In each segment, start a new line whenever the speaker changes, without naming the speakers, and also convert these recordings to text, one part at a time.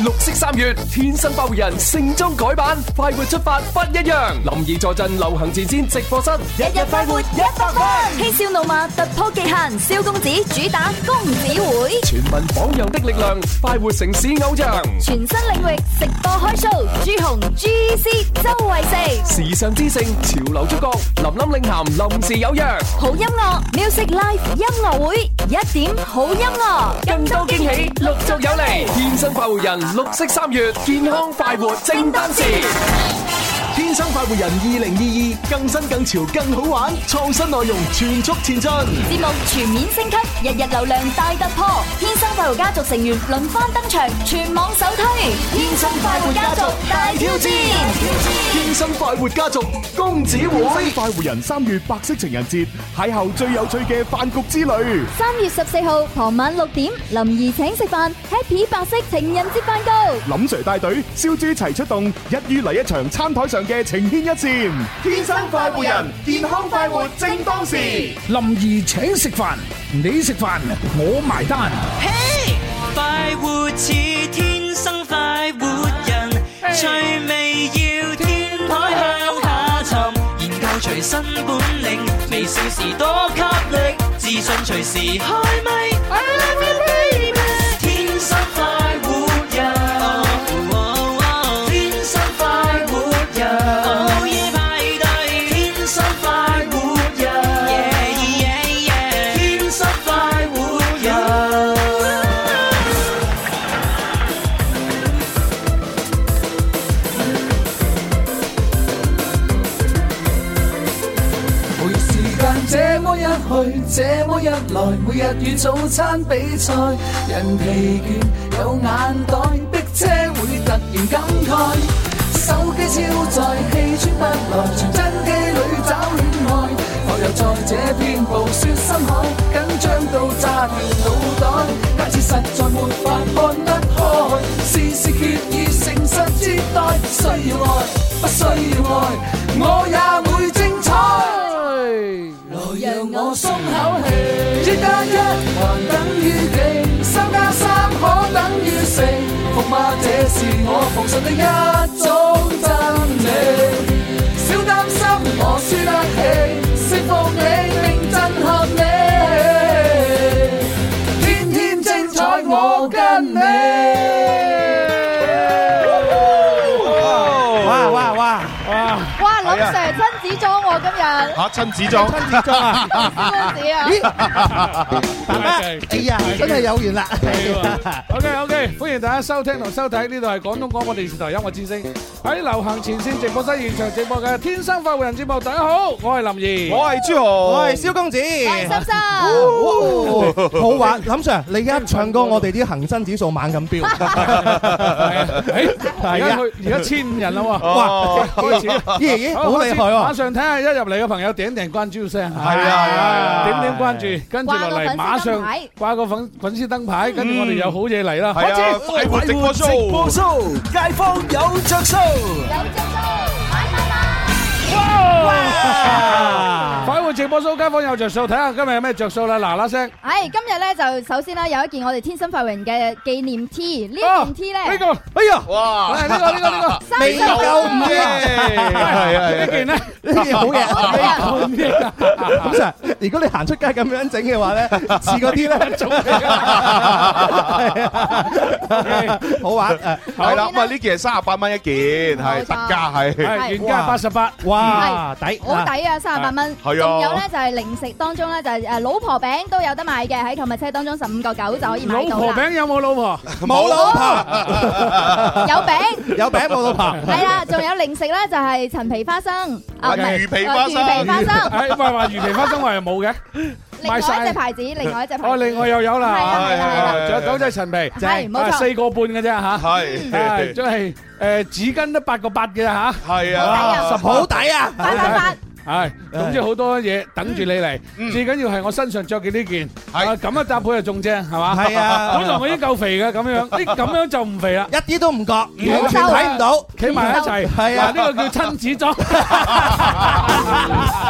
绿色三月，天生快活人，盛装改版，快活出發不一樣。林怡坐鎮流行前線直播室，日日快活一百分。
嬉笑怒罵突破極限，蕭公子主打公子會，
全民榜樣的力量，快活城市偶像。
全新領域直播開 show，朱紅、GC、周慧四，
時尚之盛，潮流觸覺，林林領銜臨時有約，
好音樂 music live 音樂會，一點好音樂，
更多驚喜陸續有嚟。天生快活人，綠色三月，健康快活正當時。
天生快活人二零二二更新更潮更好玩，創新內容全速前進。
節目全面升級，日日流量大突破，天生快活家族成員輪番登場，全網首推，天生快活家族大挑戰。
天生快活家族公子會，
快活人三月白色情人節，邂逅最有趣嘅飯局之旅。
三月十四號傍晚六點，林兒請食飯，Happy 白色情人節飯局。
林 Sir 帶隊，燒豬齊出動，一於嚟一場餐台上嘅情牽一線。
天生快活人，健康快活正當時。
林兒請食飯，你食飯我埋單。
嘿，快活似天生快活人，趣味要天台向下沉，研究隨身本領，微笑時多給力，自信隨時開咪。I love you baby，天生快活人，天生快活人，午夜派對，天生快活人，天生快活人。
每日時間這麼一去，這麼一來，每日與早餐比賽，人疲倦有眼袋，逼車會突然感慨。手機超載，氣喘不來，傳真機裏找戀愛，我又在這片暴雪深海，緊張到炸斷腦袋，假設實在沒法看得開，事事決意誠實接待，需要愛，不需要愛，我也會精彩。來讓我鬆口氣，一加一還等於幾？三加三可等於四？服嗎？這是我奉信的一種真理。小擔心我輸得起，釋放你並震撼你，天天精彩我跟你。
哇哇哇！
哇，林 Sir 親子裝喎今日，
嚇親子裝，親子裝啊！
公子 啊，
爸
爸
哎
à.
呀，à, 真係有緣啦！à。
OK OK，歡迎大家收聽同收睇，呢度係廣東廣播電視台音樂之聲喺流行前線直播室現場直播嘅《天生快活人》節目。大家好，我係林怡，
我係朱紅我係蕭
公子，
心心，
好玩，林 Sir，你而家唱歌，我哋啲恒生指數猛咁飆，
而家佢而家千五人啦喎，
哇
開始，
咦咦好厲害喎
馬上睇下一入嚟嘅朋友點點關注聲，係
啊係啊
點點關注，跟住落嚟馬上掛個粉粉絲燈牌，跟住我哋有好嘢嚟啦，
係啊快活直播 show
播 show，街坊有着數，快活直播 show，街坊有着數，睇下今日有咩着數啦，嗱嗱聲。
唉，今日咧就首先啦，有一件我哋天生快活人嘅紀念 T，呢件 T 咧，
呢個，哎呀，哇呢個呢個呢個
未夠五億
係啊
呢件咧
呢件好嘢
好嘢，
林 Sir，如果你行出街咁樣整嘅話咧，似嗰啲 咧，好玩誒，
係啦，咁啊呢件係三十八蚊一件，係特價係，
係原價
88
哇，
係好抵啊，
À.
三十八蚊。
係啊
仲有咧就係零食當中咧就係誒老婆餅都有得買嘅，喺購物車當中十五個九就可以買
老
到
婆
啦。
餅有冇老婆？
冇老
有餅，
有餅冇老婆
係啦，仲有零食咧就係陳皮花生，唔係
魚皮花生，
魚皮花 生，
係唔係話魚皮花生我係冇嘅，
另外一隻牌子，另外一隻牌子。
哦，另外又有啦，
係啊係啦係啦。
仲有九隻陳皮，
係冇錯
啊四個半嘅啫嚇，
係
係真係誒紙巾都八個八嘅嚇，
係啊
哇十
好抵啊
八八八。系，總之好多嘢等住你嚟，最緊要係我身上着嘅呢件，啊咁啊搭配就仲正，係嘛？
係啊
本來我已經夠肥嘅咁樣，呢咁樣就唔肥啦，
一啲都唔覺，完全
好瘦啊
睇唔到，
企埋一齊，
係啊
嗱呢個叫親子裝。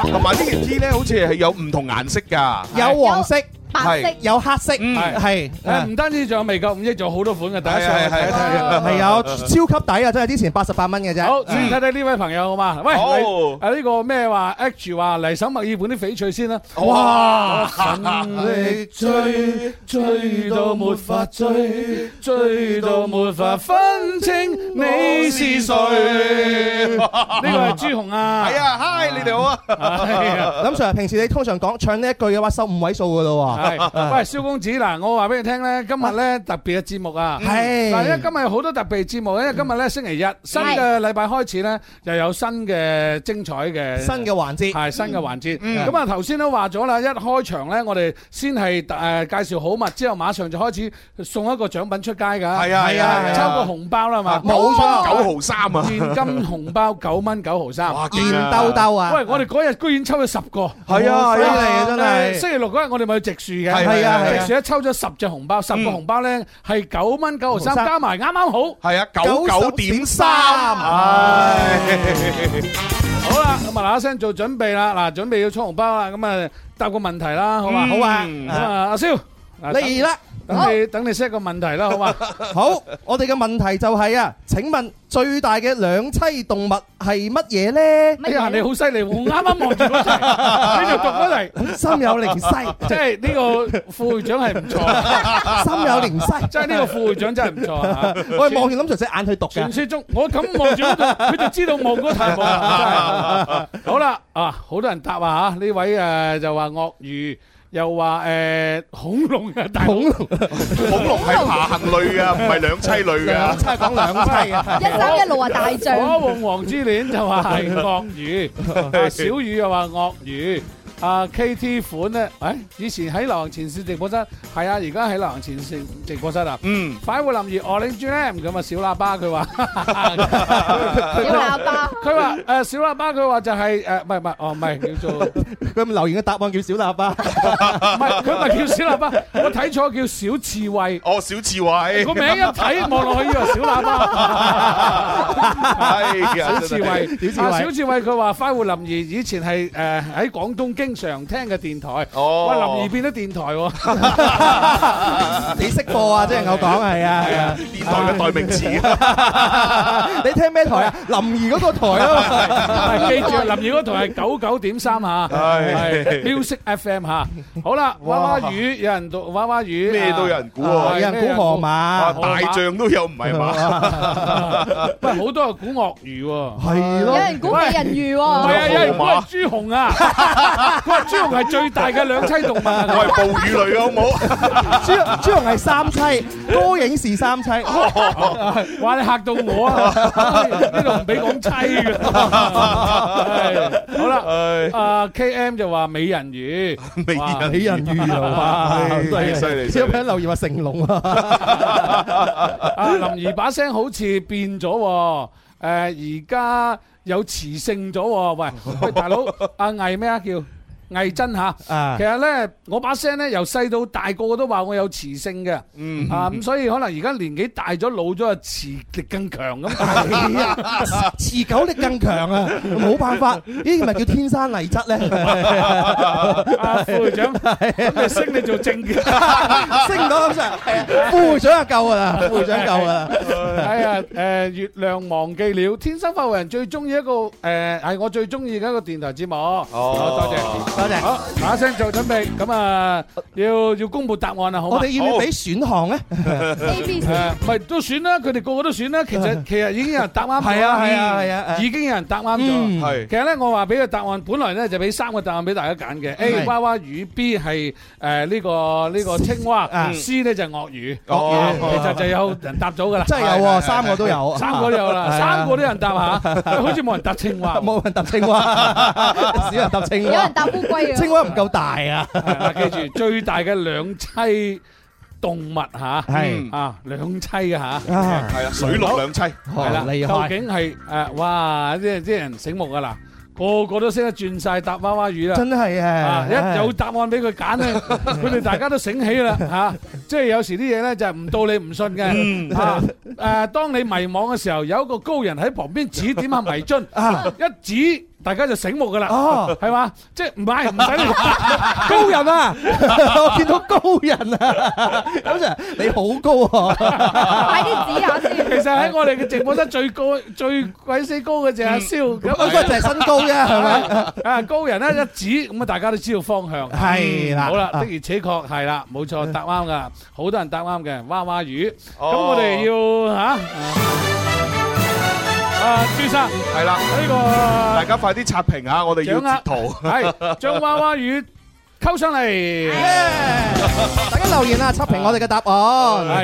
同埋呢件 T 咧，好似係有唔同顏色㗎，
有黃色。
白色。
有黑色，係，
誒唔單止仲有未夠五億，仲有好多款嘅，大家上去睇一睇。
啊係有，超級抵啊，真係，之前88蚊嘅啫。
好，先睇睇呢位朋友好嘛？喂，
好
你啊呢個咩話 H 話嚟首墨爾本啲翡翠先啦。
哇
神力追追到沒法追，追到沒法分清你是 誰。呢個係朱紅啊。
係啊，Hi，你哋
Vâng.
好啊。
林 Sir，平時你通常講唱呢一句嘅話，收五位數嘅咯喎。啊
係， 喂，蕭公子嗱，我話俾你聽咧，今日咧特別嘅節目啊，
係
嗱，因為今日有好多特別節目，因為今日咧星期日，新嘅禮拜開始咧又有新嘅精彩嘅
新嘅環節，
係新嘅環節。咁啊，頭先都話咗啦，一開場咧，我哋先係誒介紹好物，之後馬上就開始送一個獎品出街㗎。係
啊係啊係啊
抽個紅包啦嘛，
冇錯九毫三啊
現金紅包九蚊九毫三，哇，
勁啊現兜兜啊
喂，我哋嗰日居然抽咗十個，
係啊
犀
係啊
利
真係
誒星期六嗰日我哋咪去植樹嘅，
係係啊係啊
植樹咧抽咗十隻紅包，十個紅包咧係九蚊九毫三，
三
加埋啱啱好，
係啊99.3
好啦，咁啊嗱一聲做準備啦，嗱準備要抽紅包啦，咁啊答個問題啦，好嘛？
嗯好啊
咁啊阿蕭，嗱
嚟啦
等等你等你 set 個問題啦，好嘛？
好，我哋嘅問題就係啊，請問最大嘅兩棲動物係乜嘢呢？
哎呀，你好犀利喎！ 我啱啱望住嗰題，你就讀嗰題，
心有靈犀
即係呢個副會長係唔錯，
心有靈犀
即係呢個副會長真係唔錯啊！
我係望住林Sir隻眼去讀嘅。
傳説中，我咁望住嗰度，佢就知道望嗰個題目啦。真係好啦，啊，好多人答啊嚇，呢位誒就話鱷魚，又話誒恐龍 嘅大恐
龍，
恐
龍係爬行類㗎唔係兩棲類㗎
à?
兩棲講兩棲
à?
啊
一三一六啊大象
火鳳凰之戀就話 係鱷魚， 啊小魚又話鱷魚。啊 KT 款咧，誒、以前喺流行前線直播室，係啊，而家喺流行前線直播室啊。嗯，快活林兒我領住咧，咁啊小喇叭佢 話。
小喇叭
佢話誒小喇叭，佢話就係誒唔係唔係哦唔係叫做唔
佢留言嘅答案叫小喇叭。
係佢咪叫小喇叭，我睇錯叫小刺猬。
哦，小刺猬
個名一睇望落去以為小喇 叭。
係啊
小刺猬，
真係小刺蝟
啊小刺猬佢話快活林兒以前係誒喺廣東經常聽嘅電台。
哦
哇林兒變咗電台喎。
你識播啊，即係我講，係啊。à. 你聽咩台啊？林兒嗰個台啊嘛。
記住啊林耀嗰台係九九點三嚇，
係
係 Music FM 嚇。好啦，
哇
娃娃魚有人讀娃娃魚，
咩都有人估喎
係
有人估河馬啊大象都有唔係嘛？
喂，好多人估鱷魚喎，
係
有人估美人魚喎
唔係啊，有人估
河
係豬紅啊， 佢話豬紅係最大嘅兩棲動物啊，
我係哺乳類嘅好唔好？
朱-朱紅係三妻，歌影是三妻。
哇！你嚇到我啊！呢度唔俾講妻嘅。
啊
係好啦，啊 K M 就話美人魚，美人
美人魚 啊！哇
真係
有朋友留言話成龍啊，
啊林怡把聲好似變咗喎，誒而家有磁性咗喎，喂喂大佬，阿魏咩啊叫？魏真嚇，
啊
其實咧我把聲咧由細到大個個都話我有磁性嘅，
嗯
啊咁所以可能而家年紀大咗老咗啊磁力更強
係啊
咁。
持久力更強啊！冇辦法，呢啲咪叫天生麗質咧。
阿副會長，咁咪升你做 正嘅，
升唔到咁上，副會長就夠噶 啦，副會長夠噶啦。
係啊，誒月亮忘記了，天生發福人最中意一個誒，係我最中意嘅一個電台節目。哦，多謝
多謝。
好，嗱一聲做準備，咁啊要要公佈答案啦，好嘛？
我哋要唔要俾選項咧？
A、B、C？唔係都選啦，佢哋個個都選啦。其 實其實已經有人答啱咗啦。
係啊係啊係啊
嗯已經有人答啱咗。
嗯係
其實咧，我話俾個答案，本來咧就俾三個答案俾大家揀嘅。A
係
娃娃魚，B 係誒呢個呢個青蛙
啊
，C 咧就係鱷魚。
鱷魚
其實就有人答咗㗎啦。
哦真係有喎，三個都有，
三個都有啦，
係啊啊
三個都有人答嚇，好似冇人答青蛙。
冇人搭 青蛙，少人搭青蛙，
有人搭烏龜啊
青蛙唔夠大啊！
嗱，記住最大嘅兩棲動物嚇，
係
啊兩棲嘅嚇，
啊
係啊水陸兩棲
係啦
哦，厲害
究竟係誒哇，即係啲人醒目噶啦。個個都識得轉晒搭娃娃魚啦，
真係啊
一有答案俾佢揀 咧，佢哋大家都醒起啦嚇。即係有時啲嘢咧就係唔到你唔信嘅嚇。誒，當你迷惘嘅時候，有一個高人喺旁邊指點下迷津，一指大家就醒目噶啦，
哦
係嘛？即係唔係唔 使你
高人啊！我見到高人啊，咁 Sir 你好高啊！
快啲指下先。其實喺我哋嘅直播室最高、最鬼死高嘅就係阿蕭，咁
不過就係身高 啫係咪？
啊，高人咧一指，咁啊大家都知道方向。
係啦嗯
好啦，的
啊
而且確係啦，冇錯，答啱噶，好多人答啱嘅，娃娃魚。咁
哦
我哋要嚇。啊，朱生，
係啦，
呢個
大家快啲刷屏啊！我哋要截圖，
係將 娃娃魚溝上嚟。
大家留言啊，測評我哋嘅答案。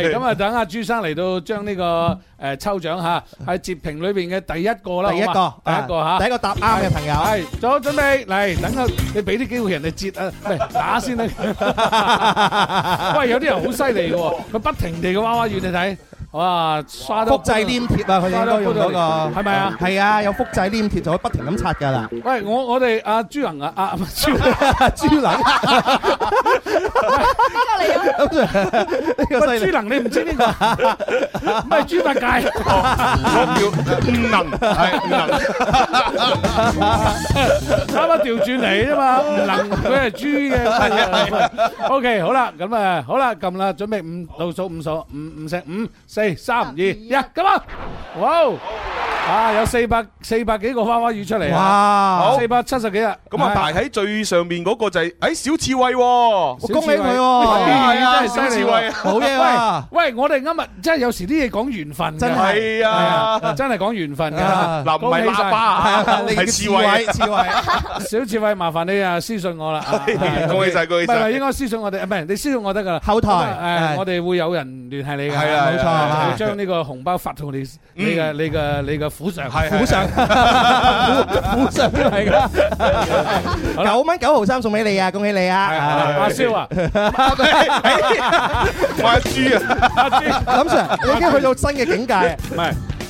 係咁啊，等阿朱生嚟到將呢個誒抽獎嚇，喺截屏裏邊嘅第一個啦，
第一個
好嘛第
啊
一個嚇，
第一個答啱嘅朋友
係做好準備嚟，等下你俾啲機會人哋截啊，喂打先啦。喂，有啲人好犀利嘅喎，佢不停地嘅娃娃魚你睇，哇刷到
複製黏貼啊，佢哋應該用嗰個
係咪啊？
係啊，有複製黏貼就可以不停咁刷㗎啦。
喂，我我哋阿朱能啊，阿朱
朱能。
喂，朱能你唔知呢個？唔係豬八戒，
我叫唔能係唔能。
啱啱調轉嚟啫嘛，唔能佢係豬嘅。O K，好啦，咁啊，好啦，撳啦，準備五倒數五數五五聲五四三二一，咁啊，哇！啊，有四百四百幾個娃娃魚出嚟啊！
哇
四百七十幾啊！
咁啊，排喺最上面嗰個就係誒小刺猬喎，
小刺猬
係啊係啊，
真係
小
犀
刺
利
猬
喎
啊！
喂，喂我哋今日真係有時啲嘢講緣分㗎，
真係係啊
係真係講緣分㗎。
啊嗱唔係
恭喜晒
喇叭啊 係啊你係刺 蝟刺蝟，
小刺猬，麻煩你啊私信 我啦。啊
哎恭喜晒恭喜晒
唔係唔係應該私信我哋，唔係你私信我得㗎啦。
後台
咁啊
係
誒，我哋會有人聯繫你㗎。
係啊冇錯係
會將呢個紅包發到你
嗯
你嘅你嘅你嘅府上。
虎上， 虎虎上都係㗎。九蚊九毫三送俾你啊，恭喜你啊！
阿蕭啊，
我阿朱啊，
阿朱，
林 Sir，你已經去到新嘅境界。
唔係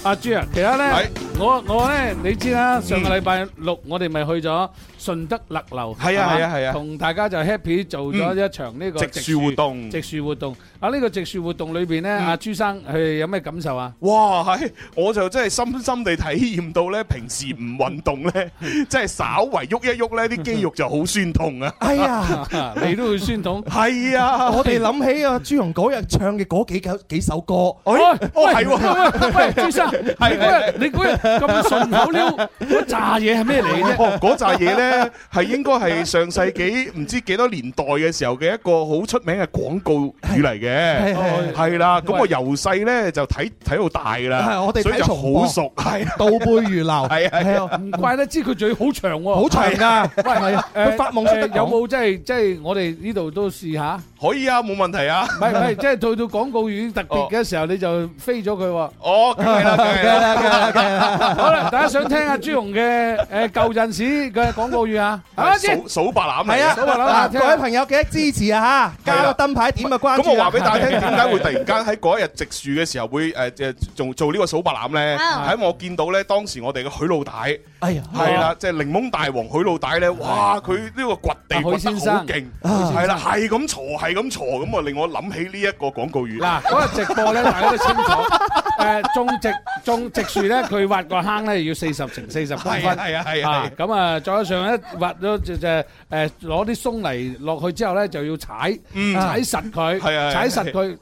阿朱啊，其他咧，我我咧，你知
嗯
啦，上個禮拜六我哋咪去咗順德勒流，
係啊
嘛
係啊係啊
同大家就 happy 做咗一場呢個
嗯植樹活動嗯
植樹活動啊！呢個植樹活動裏邊咧，阿朱生佢有咩感受啊？
哇，係我就真係深深地體驗到咧，平時唔運動 咧，即係稍為喐一喐咧，啲肌肉就好酸痛啊！
哎呀，
你都會酸痛，
係啊，
我哋諗起啊，朱紅嗰日唱嘅嗰幾首幾首歌，
哎哦係
喂
喎
喂，朱生，你嗰日 你嗰日咁順 口溜嗰扎嘢係咩嚟嘅啫？
哦，嗰扎嘢咧係應該係上世紀唔知幾多年代嘅時候嘅一個好出名嘅廣告語嚟
係
嘅，
係
係啦。咁我由細咧就睇睇到大㗎啦，
係我哋
所以
睇
就
重播
好熟，係啊
倒背如流，係
係啊
唔怪得知佢嘴好長喎，
好長㗎
喂，
係啊佢發夢識得
誒有
講
冇即係即係我哋呢度都試下？
可以啊，冇問題啊。
唔係唔係，即係到到廣告語特別嘅時候，你就飛咗佢喎。
哦，梗係啦，梗係啦。
好啦，大家想聽阿朱紅嘅誒舊陣時嘅廣告語啊？啊，先
數數白欖嚟
係
嘅
啊，
數白欖啊
嗱，各位朋友記得支持啊嚇，À, 加個燈牌點啊關注啊。
咁我話俾大家聽，點解會突然間喺嗰一日植樹嘅時候會誒誒做做呢個數白欖咧？
啊
喺我見到咧，當時我哋嘅許老大
哎呀，
係啦，即係檸檬大王許老大咧，哇！佢呢個掘地
啊許
掘
先
得好
生
勁，
啊
係啦，係咁鋤，係咁鋤，咁啊令我諗起呢一個廣告語。
嗱，嗰日直播咧，大家都清 楚， 誒種植種植樹咧，佢挖個坑咧要四十乘四十公分，
係啊係啊係啊係啊
咁啊，再加上咧挖咗就就誒攞啲鬆泥落去之後咧，就要踩，
嗯
踩實佢，
係啊係
踩
啊
實佢，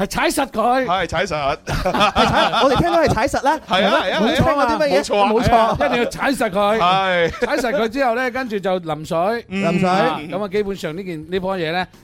係踩實佢，
係踩實，
係踩我哋聽到係踩實啦，
係啊係啊
冇聽
係
過啲乜嘢，
冇錯啊
冇
係啊
錯，
一定要踩實佢。
係
踩實佢之後咧，跟住就淋水，
淋水
啊咁啊，基本上呢件呢樖嘢咧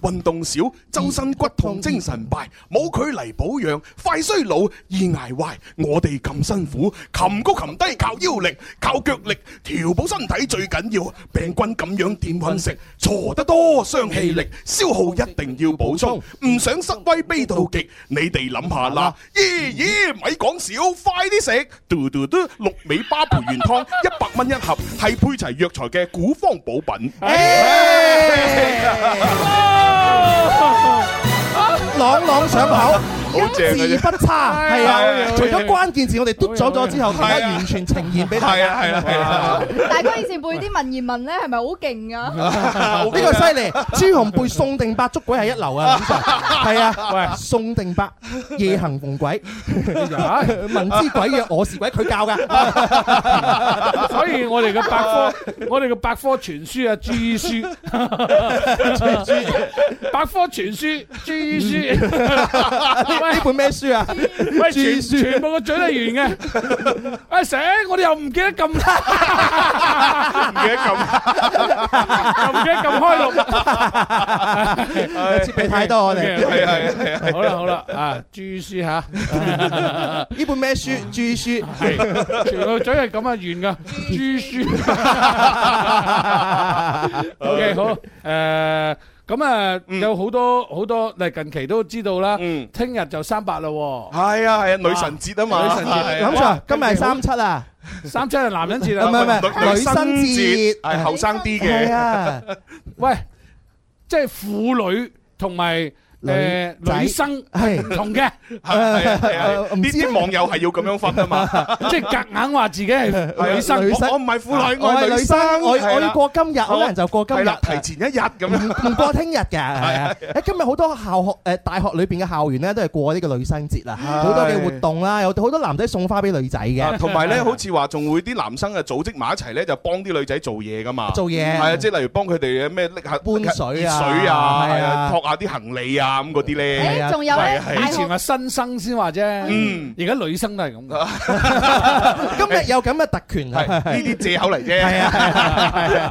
運動少，周身骨痛精神敗，冇佢嚟保養，快衰老易捱壞。我哋咁辛苦，擒高擒低靠腰力，靠腳力，調補身體最緊要。病菌咁樣點揾食？坐得多傷氣力，消耗一定要補充，唔想失威悲到極。你哋諗下
啊
啦，咦咦，咪講少，快啲食！嘟嘟嘟，六味巴培元 湯一百蚊一盒，係配齊藥材嘅古方寶 品。
哎
朗朗上口，
好正嘅
字
啫
不差，係
係啊
啊！除
好
咗
嘢
關鍵字我哋嘟咗咗之後，
係啊
而家完全呈現俾大
係
家。
啊係啊係啊！
大哥以前背啲文言文咧，係咪好勁 啊？
呢個犀利，朱紅背宋定伯捉鬼係一流啊！咁就 係啊，宋定伯夜行逢鬼， 文之鬼約我是鬼，佢教㗎。
所以我哋嘅百科，我哋嘅百科全書啊，朱醫 書，百科全書，朱醫 書，
呢本咩書啊？
喂，
朱醫
全
書
全部個嘴都係圓嘅。啊醒，我哋又唔記得撳，唔記
得撳，
又唔記得撳開錄。
設備太多我哋。
係啊係啊係啊好啦好啦啊，朱醫書嚇，
呢本咩書？朱醫書
係全個嘴係咁啊圓噶，朱書。O K 好誒。咁啊，有好多好多，例如近期都知道啦。聽日就三八啦喎。
係啊係啊，女神節啊嘛，
女神節。
諗住啊今日係三七啊，
三七係男人節啊，
唔係唔係女生節
係後生啲嘅。
係啊，
喂，即係婦女同埋誒
仔
女生
係
唔同嘅，
係啊係啊，呢啲網友係要咁樣分啊嘛。
哎
啊
即係夾硬話自己 係女生，啊
女生
我我唔係婦女，
我
係
係女生，我我要過今日，
好
可能就過今
係
日
啦，。提前一日咁
唔
樣。
唔過聽 日㗎，係啊！誒今日好多校學誒大學裏邊嘅校園咧，都係過呢個女生節啦，好多嘅活動啦，有好多男仔送花俾女仔
啊
嘅，
同埋咧，好似話仲會啲男生啊組織埋一齊咧，就幫啲女仔做嘢噶嘛。
做嘢
係啊，即係例如幫佢哋咩拎下
搬水啊
熱水啊，係
係
啊，
啊
托下啲行李啊咁嗰啲咧。
誒，仲有咧，
係
大
以前
學
話新生先話啫，而家女生都係咁 㗎。
今日有咁嘅特權
係
啊！
呢啲借口嚟啫。
係啊，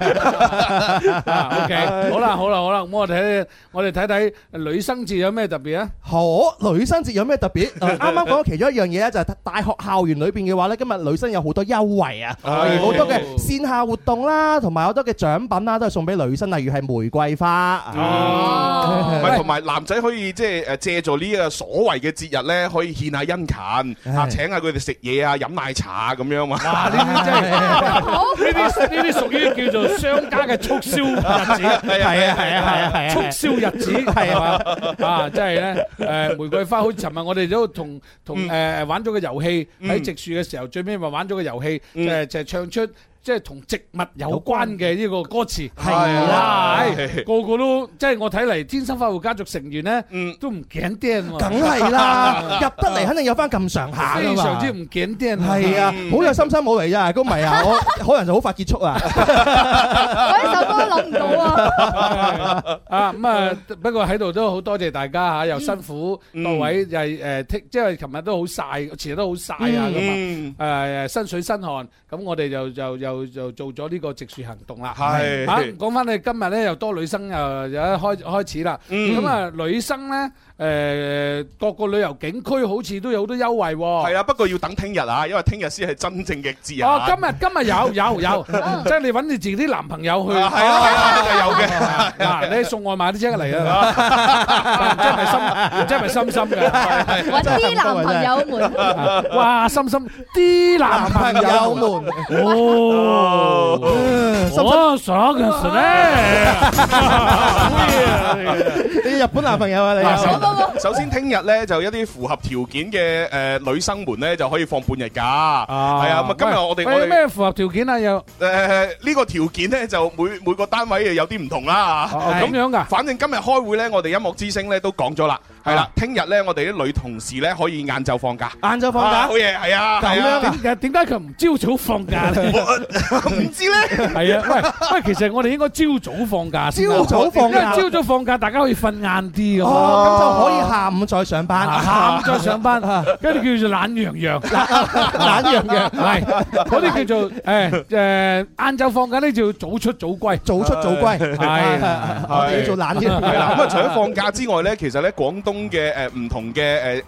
啊，OK，好啦，好啦，好啦，咁我睇我哋睇睇女生節有咩特別啊？
可女生節有咩特別？誒啱啱講咗其中一樣嘢咧，就係大學校園裏邊嘅話咧，今日女生有好多優惠啊，
係
好多嘅線下活動啦，同埋好多嘅獎品啦，都係送俾女生，例如係玫瑰花。
哦唔係，同埋男仔可以即係誒呃借助呢個所謂嘅節日咧，可以獻下殷勤啊，
係
請下佢哋食嘢啊，飲奶茶咁樣嘛。
哇！呢啲真係 呢啲呢啲屬於叫做商家 嘅促銷日子，
係啊
係啊係啊係啊係啊！
促銷日子係嘛？ 啊，真係咧誒玫瑰花，好似尋日我哋都同同誒玩咗個遊戲，喺植樹嘅時候，最尾咪玩咗個遊戲，就係就係唱出。即係同植物有關嘅呢個歌詞，係啦，個個都即係我睇嚟，天生快活家族成員咧，都唔頸釘喎，
梗係 啦，入得嚟肯定有翻咁上下㗎
非
嘛
常之唔頸釘啊，
係啊，好有心心冇嚟咋，高迷啊，我可能就好快結束啊。
我一首歌都諗唔到啊！
啊咁啊，不過喺度都好多謝大家嚇，又辛苦各位又係誒剔，即係琴日都好晒，前日都好晒啊咁
嗯
啊誒身水身汗，咁我哋就就又又做咗呢個植樹行動啦。
係
啊，講翻你今日咧又多女生又又開開始啦。咁啊女生咧誒各個旅遊景區好似都有好多優惠喎。
係啊，不過要等聽日啊，因為聽日先係真正嘅節日。
哦，今日今日 有有有，即係你揾你自己啲男朋友去。
啊係啊係啊係啊有嘅。
嗱，你送外賣都即刻嚟 啦，真係心，真係心心嘅。
揾啲男朋友們，
哇，心心啲男
朋
朋
友
友們，
們，
哦，我爽嘅事咧。
你日本男朋友啊 你
嗱
有？
首首先聽日咧就一啲符合條件嘅誒女生們咧就可以放半日假，係啊咁啊今日我哋我
喂
哋
咩符合條件啊？又
誒呢個條件咧就每每個單位有啲唔同啦，
哦咁樣㗎啊
反正今日開會咧，我哋音樂之星咧都講咗啦，係啦，聽日咧我哋啲女同事咧可以晏晝放假，
晏晝放假
啊好嘢，係啊，係 啊
咁樣啊？ 點解佢唔朝早放假咧？係啊，喂，喂，其實我哋應該朝早放假先啱。
朝早放假。
因為朝早放假，大家可以瞓晏啲㗎嘛。
哦，咁就可以下午再上班。
下午再上班， 跟住叫做懶洋洋。
懶洋洋。
係，嗰啲叫做，誒，誒，晏晝放假呢，就要早出早歸。係，係，係。
係啦，咁啊，除咗放假之外咧，其實咧廣東嘅誒唔同嘅誒誒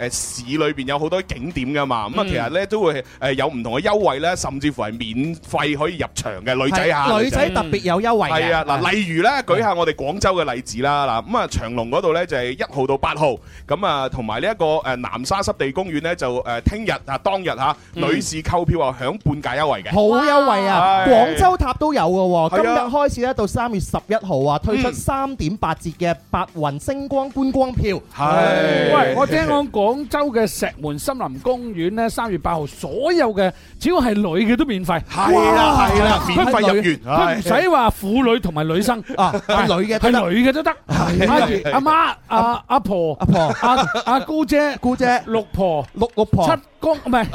市裏邊有好多景點噶嘛，咁啊
嗯
其實咧都會誒有唔同嘅優惠咧，甚至乎係免費可以入場嘅女仔嚇，
係女仔特別有優惠嘅
係啊，嗱，
係
例如咧舉下我哋廣州嘅例子啦，嗱咁啊長隆嗰度咧就係一號到八號，咁啊同埋呢一個誒南沙濕地公園咧就誒聽日啊當日嚇
嗯
女士購票啊享半價優惠嘅，
好優惠啊，
係。
廣州塔都有㗎喎，
係啊。
今日開始呢，到3月11號啊，推出
嗯。
3.8折嘅白雲星光觀光票。
喂，我聽講廣州嘅石門森林公園咧，三月八號所有嘅只要係女嘅都免費，係
啦係啦免費入園
佢唔使話婦女同埋女生啊
係女嘅都得
係女嘅都得，
係
à,
阿媽、阿阿婆、阿
婆、
阿阿姑姐、
姑姐、
六婆、
六六婆、
七公
à,
唔係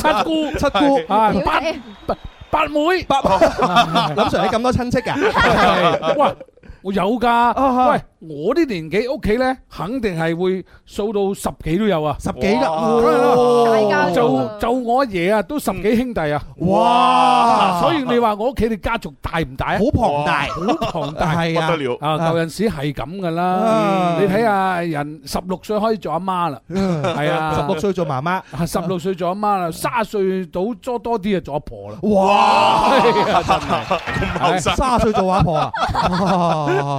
七姑、
七姑
啊
表
八八八妹、
八婆 林 Sir，你咁多親戚㗎？
哇！我有㗎，喂！我啲年紀屋企咧，肯定係會數到十幾都有啊，十
幾㗎哇大家族
就就我阿爺啊，都十幾兄弟啊，
哇
所以你話我屋企哋家族大唔大啊？
好龐
À,
大
好龐大，
係啊不得了
啊！舊陣時係咁㗎啦，
啊
你睇
à,
下人十六歲開始做阿 媽啦，係啊，
16歲做媽媽，
十六歲做阿媽啦，卅歲到多多啲就做阿婆啦，
哇
係啊真係
後生30歲做阿婆啊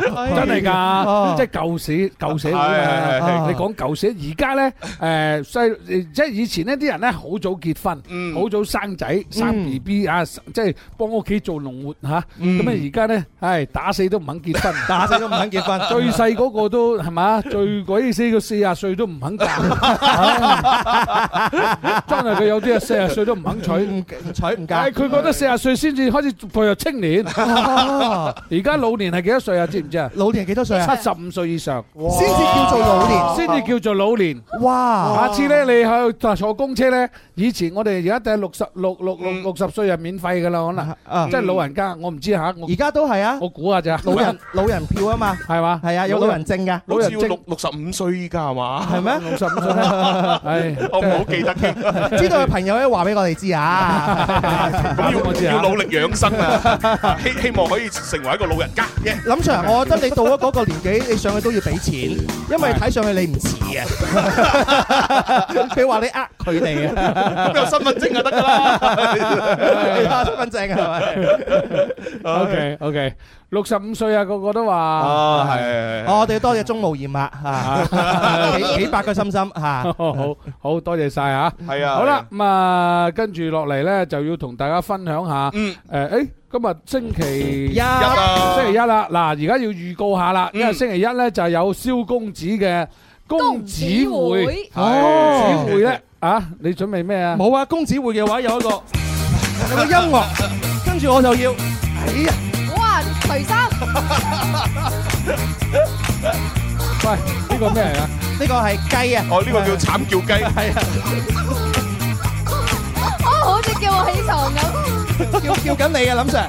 真係
哦
㗎，即係舊社舊社會
係係
啊！
係
你講舊社，而家咧誒細，即係以前呢啲人咧好早結婚，好早生仔生 B B 啊，即係幫屋企做農活嚇。咁啊而家咧，唉打死都唔肯結婚，
打死都唔肯結婚
最細嗰個都係嘛，最鬼死個四廿歲都唔肯 嫁，真係佢有啲啊四廿歲都唔肯娶，
唔娶唔嫁
係佢覺得四廿歲先至開始步入青 年。
哦
而家老年係幾多歲啊？知唔知啊？
老年係幾多歲啊
七十五歲以上，
先至叫做老年
先至叫做老年。
哇
下次咧，你喺度坐公車咧，以前我哋而家定係六十六六六六十歲係免費噶啦，可
嗯啊
能即係老人家，我唔知 嚇。而
家都係啊，
我估下咋。
老人老人票啊嘛，
哎係嘛？
係啊，有老人證㗎，
老人證
六六十五歲依家係嘛？
係 咩？
六十五歲咧，
我唔好記得添，
知道嘅朋友咧，話俾我哋知 啊！
我知要努力養生啊， 希希望可以成為一個老人家。Yeah
林 Sir，我覺得你到咗嗰個年紀，你上去都要俾錢，因為睇上去你唔 似嘅。佢話你呃佢哋啊，
咁有身份證就得㗎啦
係啊身份證係 咪？
OK OK，六十五歲啊，個個都話。
啊係係係
我哋多謝鍾無艷 啊，嚇幾幾百個心心 嚇。
好好好多謝晒嚇，
係啊
好啦，咁啊，跟住落嚟咧就要同大家分享下，誒，誒，今日星期
一啊
星期一啦，嗱，而家要預告下啦，因為星期一咧就有蕭公子嘅公子會，
公子會係
公子會咧啊，你準備咩啊？
冇啊，公子會嘅話 有一個有個音樂，跟住我就要， 哎呀！
喂，呢個咩嚟啊？
呢個係雞啊！
哦，呢個叫慘叫雞。
係啊，叫叫緊你啊，林 Sir，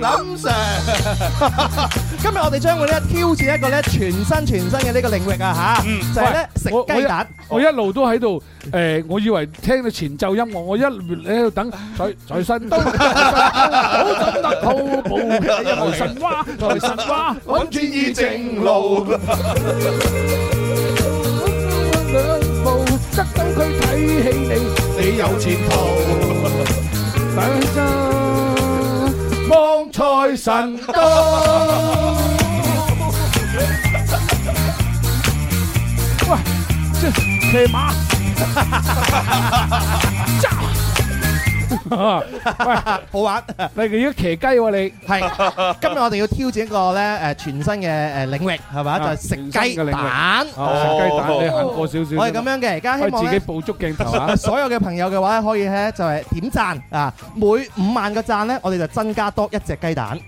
林 Sir。今日我哋將會咧挑戰一個咧全新全新嘅呢個領域啊吓，就係咧食
我
雞蛋。
我一我一路都喺度，誒，我以為聽到前奏音樂，我一路喺度等在在身都好感得好步，來神話，來神話，
揾轉意正路。
兩步得到佢睇起你，
你有前途。
大家望財神到。喂，這騎馬。 喂，
好玩！
你而家騎雞喎你，
係今日我哋要挑戰一個咧誒全新嘅誒領域係嘛，就係食雞蛋。
哦食雞蛋你行過少少。
我係咁樣嘅而家希望
可以自
咧！
己捕捉鏡頭 啊
所有嘅朋友嘅話咧，可以咧就係點贊啊，每五萬個贊咧，我哋就增加多一隻雞蛋。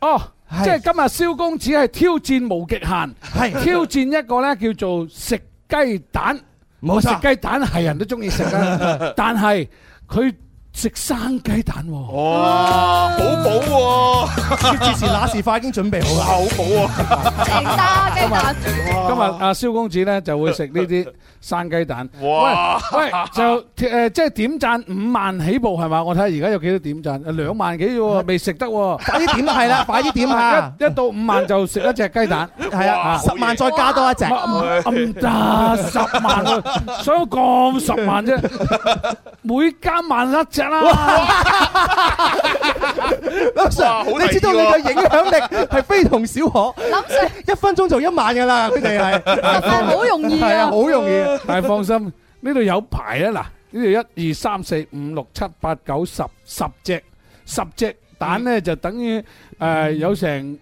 哦，即係今日萧公子係挑戰無極限，系挑戰一個咧叫做食雞蛋。冇食雞蛋係人都中意食啊，但係佢食生雞蛋喎。
哇，好補
之前那時快已經準備好啦，
好補啊！
今日阿蕭公子咧就會食呢 啲生雞蛋。
哇
喂喂，就誒即係點讚五萬起步係嘛？我睇下而家有幾多點讚？兩萬幾啫喎，未食得喎。
快啲點啦 係啦快啲點啊！
一一到五萬就食一隻雞蛋。
係啊，十萬再加多一隻，
唔得十 萬啊，想講十萬啫，每加萬一隻啦。
林 Sir，
好
你知道
提
你
議喎
嘅影響力係非同小可。林 Sir，一 分鐘就一萬㗎啦，佢哋係
好容
易啊係啊好容易啊
但係放心，呢度有排啊嗱，呢度一二三四五六七八九十十隻，十隻蛋咧就等於誒有成。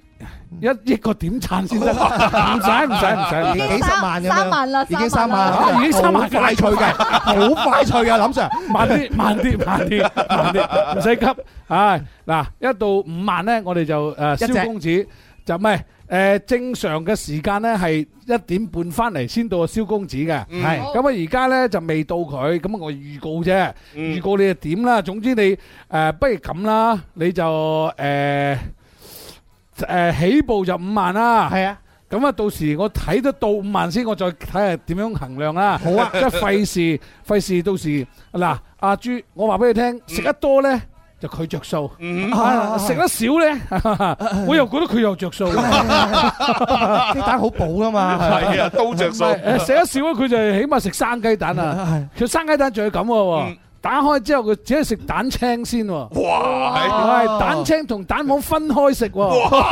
一億個點贊先得，唔使唔使唔使，
已經幾十萬咁樣
三萬啦
已經三萬啦
啊已經三萬
好快脆 嘅好快脆嘅林 Sir
慢啲慢啲慢啲慢啲，唔使急，唉嗱，一到五萬咧，我哋就誒
一隻
蕭公子就唔係。誒正常嘅時間咧係一點半翻嚟先到阿蕭公子嘅，
嗯
係
好
咁啊而家咧就未到佢，咁我預告啫，
嗯
預告你就點啦。總之你誒不如咁啦，你就誒誒呃起步就五萬啦，係
啊。
咁啊，到時我睇得到五萬先，我再睇下點樣衡量啦。好
啊
即係費事費事，到時嗱，阿朱，我話俾你
嗯
聽，食得多咧就佢着數，啊食得少咧， 我又覺得佢又着數。
雞蛋好補㗎嘛。
係啊都着數
唔係誒食得少咧，佢就起碼食生雞蛋啊。佢生雞蛋仲要咁嘅
嗯
喎。打開之後，佢只係食蛋清先喎。
哇
係蛋清同蛋黃分開食喎。
哇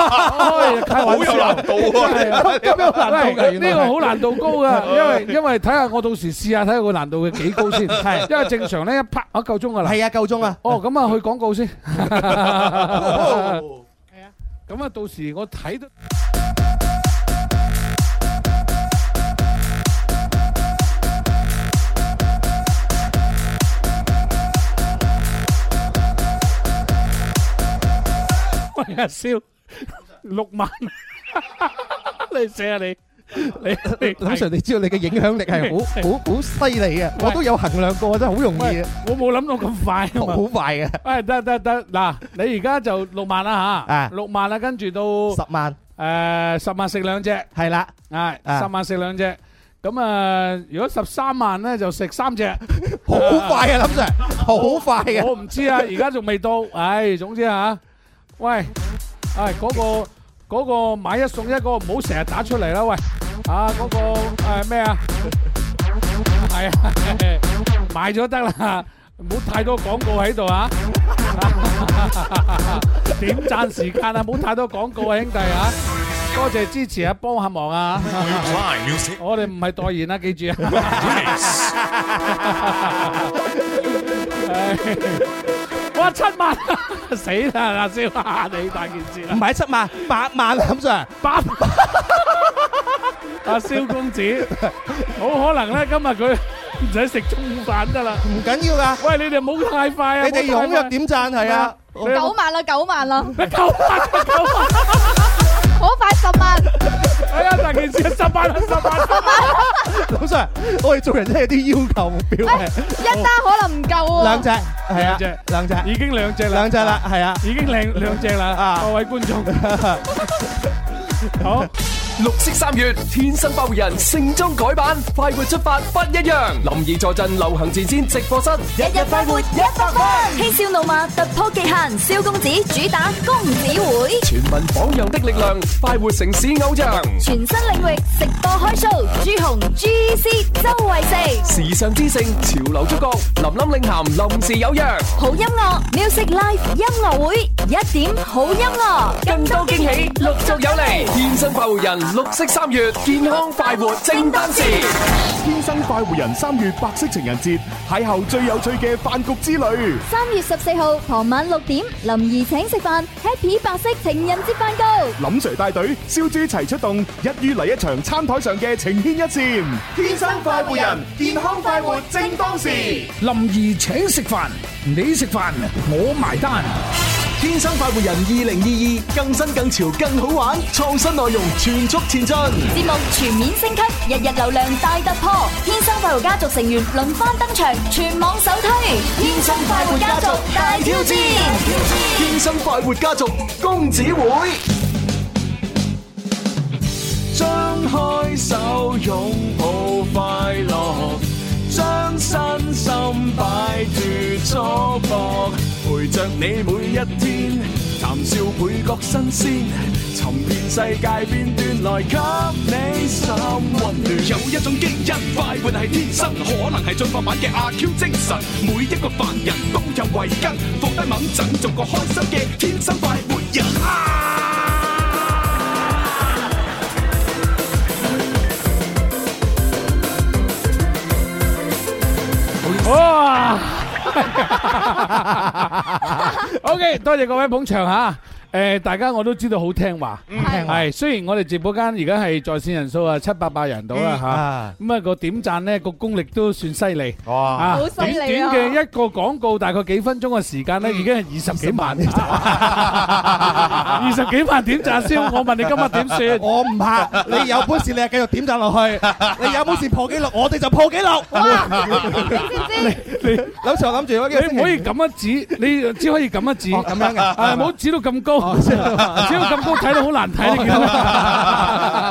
哎開玩笑
好有難度啊
真係啊
咁
喂
有難度㗎原來係
呢個好難度高 㗎，因為因為睇下我到時試下睇下個難度嘅幾高先。
係
因為正常咧一拍啊夠鐘㗎啦。
係啊，夠鐘啊！
哦，咁啊，去廣告先。 係啊，咁啊，到時我睇得。喂，阿蕭，六萬， 你死啊你！你 你
林 Sir，你知道你嘅影響力 係好好好犀利嘅，我都有衡量過，真係好容易啊！
我冇諗到咁快啊嘛
好快嘅，
喂，得得得，嗱，你而家就六萬啦
啊
吓，六萬啦，跟住到
十萬，
誒十萬食兩隻，
係啦，
啊
啊
十萬食兩隻，咁啊如果十三萬咧就食三隻，
好快啊，林 Sir，好快嘅。
我唔知啊，而家仲未到，唉，總之嚇，喂，唉嗰個嗰個買一送一嗰個唔好成日打出嚟啦，喂，啊嗰個誒咩啊，係啊，買咗得啦，唔好太多廣告喺度啊。點贊時間啊，唔好太多廣告啊，兄弟啊！多謝支持啊，幫下忙啊！我哋唔係代言啊，記住啊！唉哇，七萬 死啦！阿蕭，你大件事啦！
唔係七萬，八萬啊，林 Sir，
八 阿蕭公子，好可能咧，今日佢 唔使食中午飯得啦。
唔緊要㗎。
喂，你哋唔好太快啊！
你哋
唔好太
踴
快
躍點贊係啊！
你有冇
九萬啦，九萬啦，
九萬九萬，
好快十萬，
哎呀，大件事十萬啦，十萬啦！
林 Sir，我哋做人真係有啲要求目標嘅，
一單可能唔夠喎。
兩隻係啊，兩隻
已經兩隻啦，
兩隻啦，係啊，
已經兩兩隻啦，各位觀眾。 好，
绿色三月，天生快活人，盛装改版，快活出發不一樣。林怡坐鎮流行前線直播室，日日快活一百分。
嬉笑怒罵突破極限，蕭公子主打公子會，
全民榜樣的力量，快活城市偶像。
全新領域直播開 show，朱紅、G C、周慧四，
時尚之盛，潮流觸覺，林林領銜，臨時有樣。
好音樂 music live 音樂會，一點好音樂，更多驚喜陸續有嚟。
天生快活人，綠色三月，健康快活正當時。
天生快活人三月白色情人節，邂逅最有趣嘅飯局之旅。
三月十四號傍晚六點，林兒請食飯，Happy 白色情人節蛋糕。
林 Sir 帶隊，燒豬齊出動，一於嚟一場餐台上嘅情牽一線。
天生快活人，健康快活正當時。
林兒請食飯，你食飯我埋單。
天生快活人二零二二，更新更潮更好玩，創新內容全速前進。
节目全面升級，日日流量大突破，天生快活家族成員輪番登場，全網首推，天生快活家族大挑戰。
天生快活家族公子會。
張開手擁抱快樂，將身心擺脱束縛，陪着你每一天，談笑倍覺新鮮，尋遍世界邊端來給你心温暖。
有一種基因快活係天生，可能係進化版嘅阿 Q 精神。每一個凡人都有慧根，放低猛陣，做個開心嘅天生快活人。
哇！OK，多謝各位捧場吓。誒，大家我都知道好聽話，
係
係雖然我哋直播間而家係在線人數啊七八百人到啦吓，咁啊個點讚呢個功力都算犀利，哇
好犀
短
利
短
啊
嘅一個廣告大概幾分鐘嘅時間呢，已經係二十幾 萬，二十幾萬點讚先。我問你今日點算？
我唔怕， 你有本事你就繼續點贊落去，你有本事破紀錄，我哋就破紀 錄。
有時候諗住你唔可以咁樣指，你只可以咁樣指。
哦咁樣嘅
啊唔好指到咁高，指到咁高睇到好難睇，你見到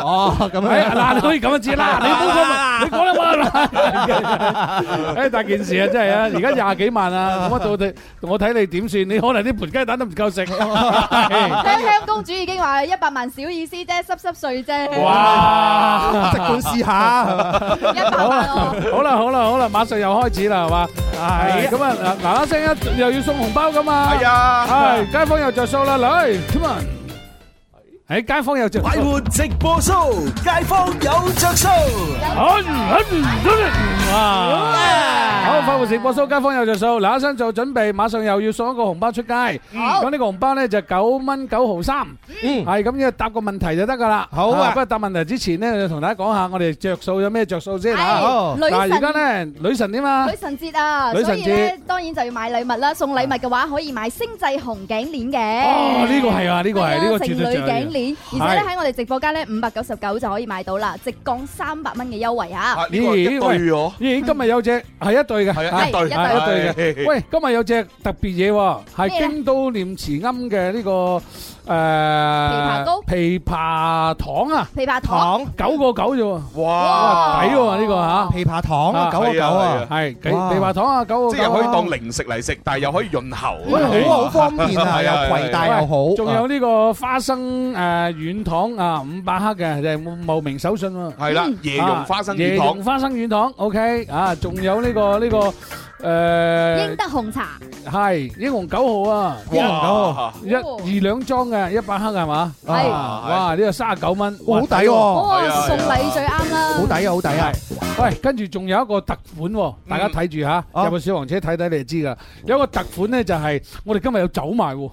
哦咁樣。嗱，你可以咁樣指 啦，你唔好咁，你講啦嘛 啦。誒，大件事啊，真係啊！而家廿幾萬啊，咁啊到底我睇你點算？你可能啲盤雞蛋都唔夠 食。
香香公主已經話一百萬小意思啫，濕濕碎啫。
哇！
即管試下
好啦，好啦，好啦，好啦，馬上又開始啦，係嘛？係咁啊，嗱嗱聲一又要送紅包噶嘛？
係啊
係街坊又着數啦，嚟，come on！喺街坊又着，
快活直播 show，街坊有着數。
好，哇！好，快活直播 show，街坊有着數，嗱一聲做準備，馬上又要送一個紅包出街。咁呢個紅包咧就九蚊九毫三，係咁要答個問題就得噶啦。
好啊
不過答問題之前咧，就同大家講下我哋着數有咩着數先
係
好
女神
嗱，而家咧女神點啊？
女神節啊，
女神
所
節
以咧當然就要買禮物啦。送禮物嘅話，可以買星際紅頸鏈嘅。
哦呢個係啊呢個係
係啊
呢個絕
情
對
侶
正
頸鏈，而且咧
係
喺我哋直播間咧五百九十九就可以買到啦，直降三百蚊嘅優惠嚇。
咦，喂，咦，今日有隻係一對嘅，
係
啊一對
係係
係
一對嘅。喂，今日有隻特別嘢喎，係
咩咧
京都念慈庵嘅呢個
枇杷膏
誒枇杷糖啊，
枇杷糖
九個九啫喎，
哇
抵喎呢個嚇，枇
杷糖
啊九個九啊
係
哇
枇杷糖啊，九個
即
九啊
係可以當零食嚟食，但係又可以潤喉。
喂，好啊好方便啊
係
又攜帶又
好
仲有呢個花生誒軟糖啊，五百克嘅就係茂名手信喎。
係啦
嗯
椰蓉花生軟糖
啊椰蓉花生軟糖，OK 啊，仲有呢個呢個呃誒
英德紅茶
係英皇九號啊，
英皇
九號
一二兩裝嘅一百克係嘛？
係
哇，呢個三十九蚊，
哇好抵喎
哦，
à.
送禮最啱啦。
好抵啊好抵啊！
喂，跟住仲有一個特款喎，大家睇住嚇，入個小黃車睇睇你就知㗎。有一個特款咧就係我哋今日有酒賣喎，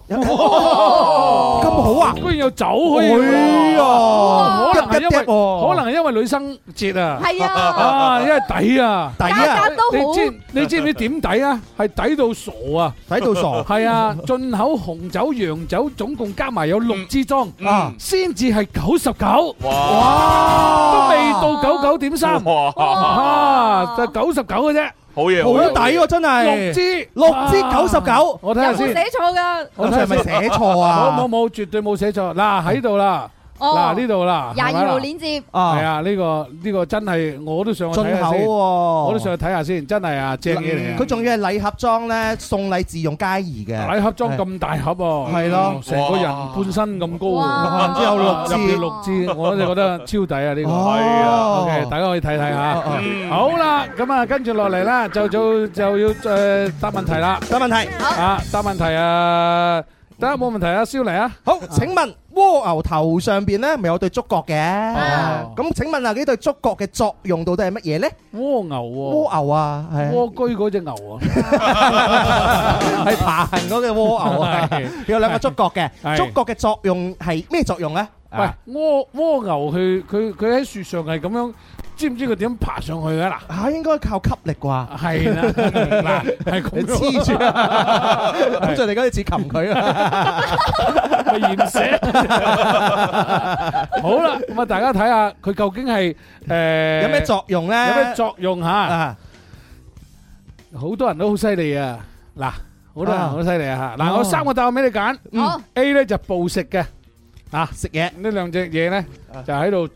哦咁好啊
居然有酒可以喎，
哎呀
哇可能係因為
得得喎
可能係因為女生節啊，
係啊
啊因為抵啊，
抵啊價格都
你
好
知你知唔知點抵啊？係抵到傻啊，
抵到傻
係啊，進口紅酒、洋酒總共加埋有六支裝
啊，
先至係九十九，
哇
都未到九九點三，啊就九十九嘅啫。
好嘢
好抵喎真係
六支
六支99
我睇下先
有冇寫錯㗎
我睇下先
咁係咪寫錯啊
冇冇冇，絕對冇寫錯。嗱喺度啦，
哦
嗱呢度啦，
廿二號鏈
鏈
接
啊，係啊，呢個呢個真係我都上去睇下
進
先，
口喎
我都上去睇下先，真係啊正嘢嚟啊！
佢仲要係禮盒裝咧，送禮自用皆宜嘅。
禮盒裝咁大盒喎，
係咯
成個人半身咁高
哇
喎，
只有六支
入邊六支，我就覺得超抵啊呢個，
哦
係啊，OK，大家可以睇睇
哦哦
嚇。好啦，咁啊跟住落嚟啦，就就就要誒答問題啦，
答問題，
啊答問題啊，得冇問題啊，燒嚟啊，
好，請問蝸牛頭上邊咧，咪有對觸角嘅？咁請問啊，呢對觸角嘅作用到底係乜嘢咧？
蝸牛喎，
蝸牛啊，係
蝸居嗰只牛啊。
係爬行嗰嘅蝸牛 啊，佢有兩個觸角嘅，
係
觸角嘅作用係咩作用咧？
喂，蝸蝸牛佢佢佢喺樹上係咁樣知唔知佢點爬上去嘅嗱？
嚇，應該靠吸力啩？
係啦 嗱係咁
你黐住啊！咁就你嗰啲似擒佢啊！
咪鹽蛇。好啦，咁啊，大家睇下佢究竟係誒
有咩作用咧
有咩作用嚇？好多人都好犀利啊！嗱，好多人好犀利啊！嗱，我三個答案俾你揀。
好
A 咧就暴食嘅。啊！
食嘢
呢兩隻嘢咧就喺度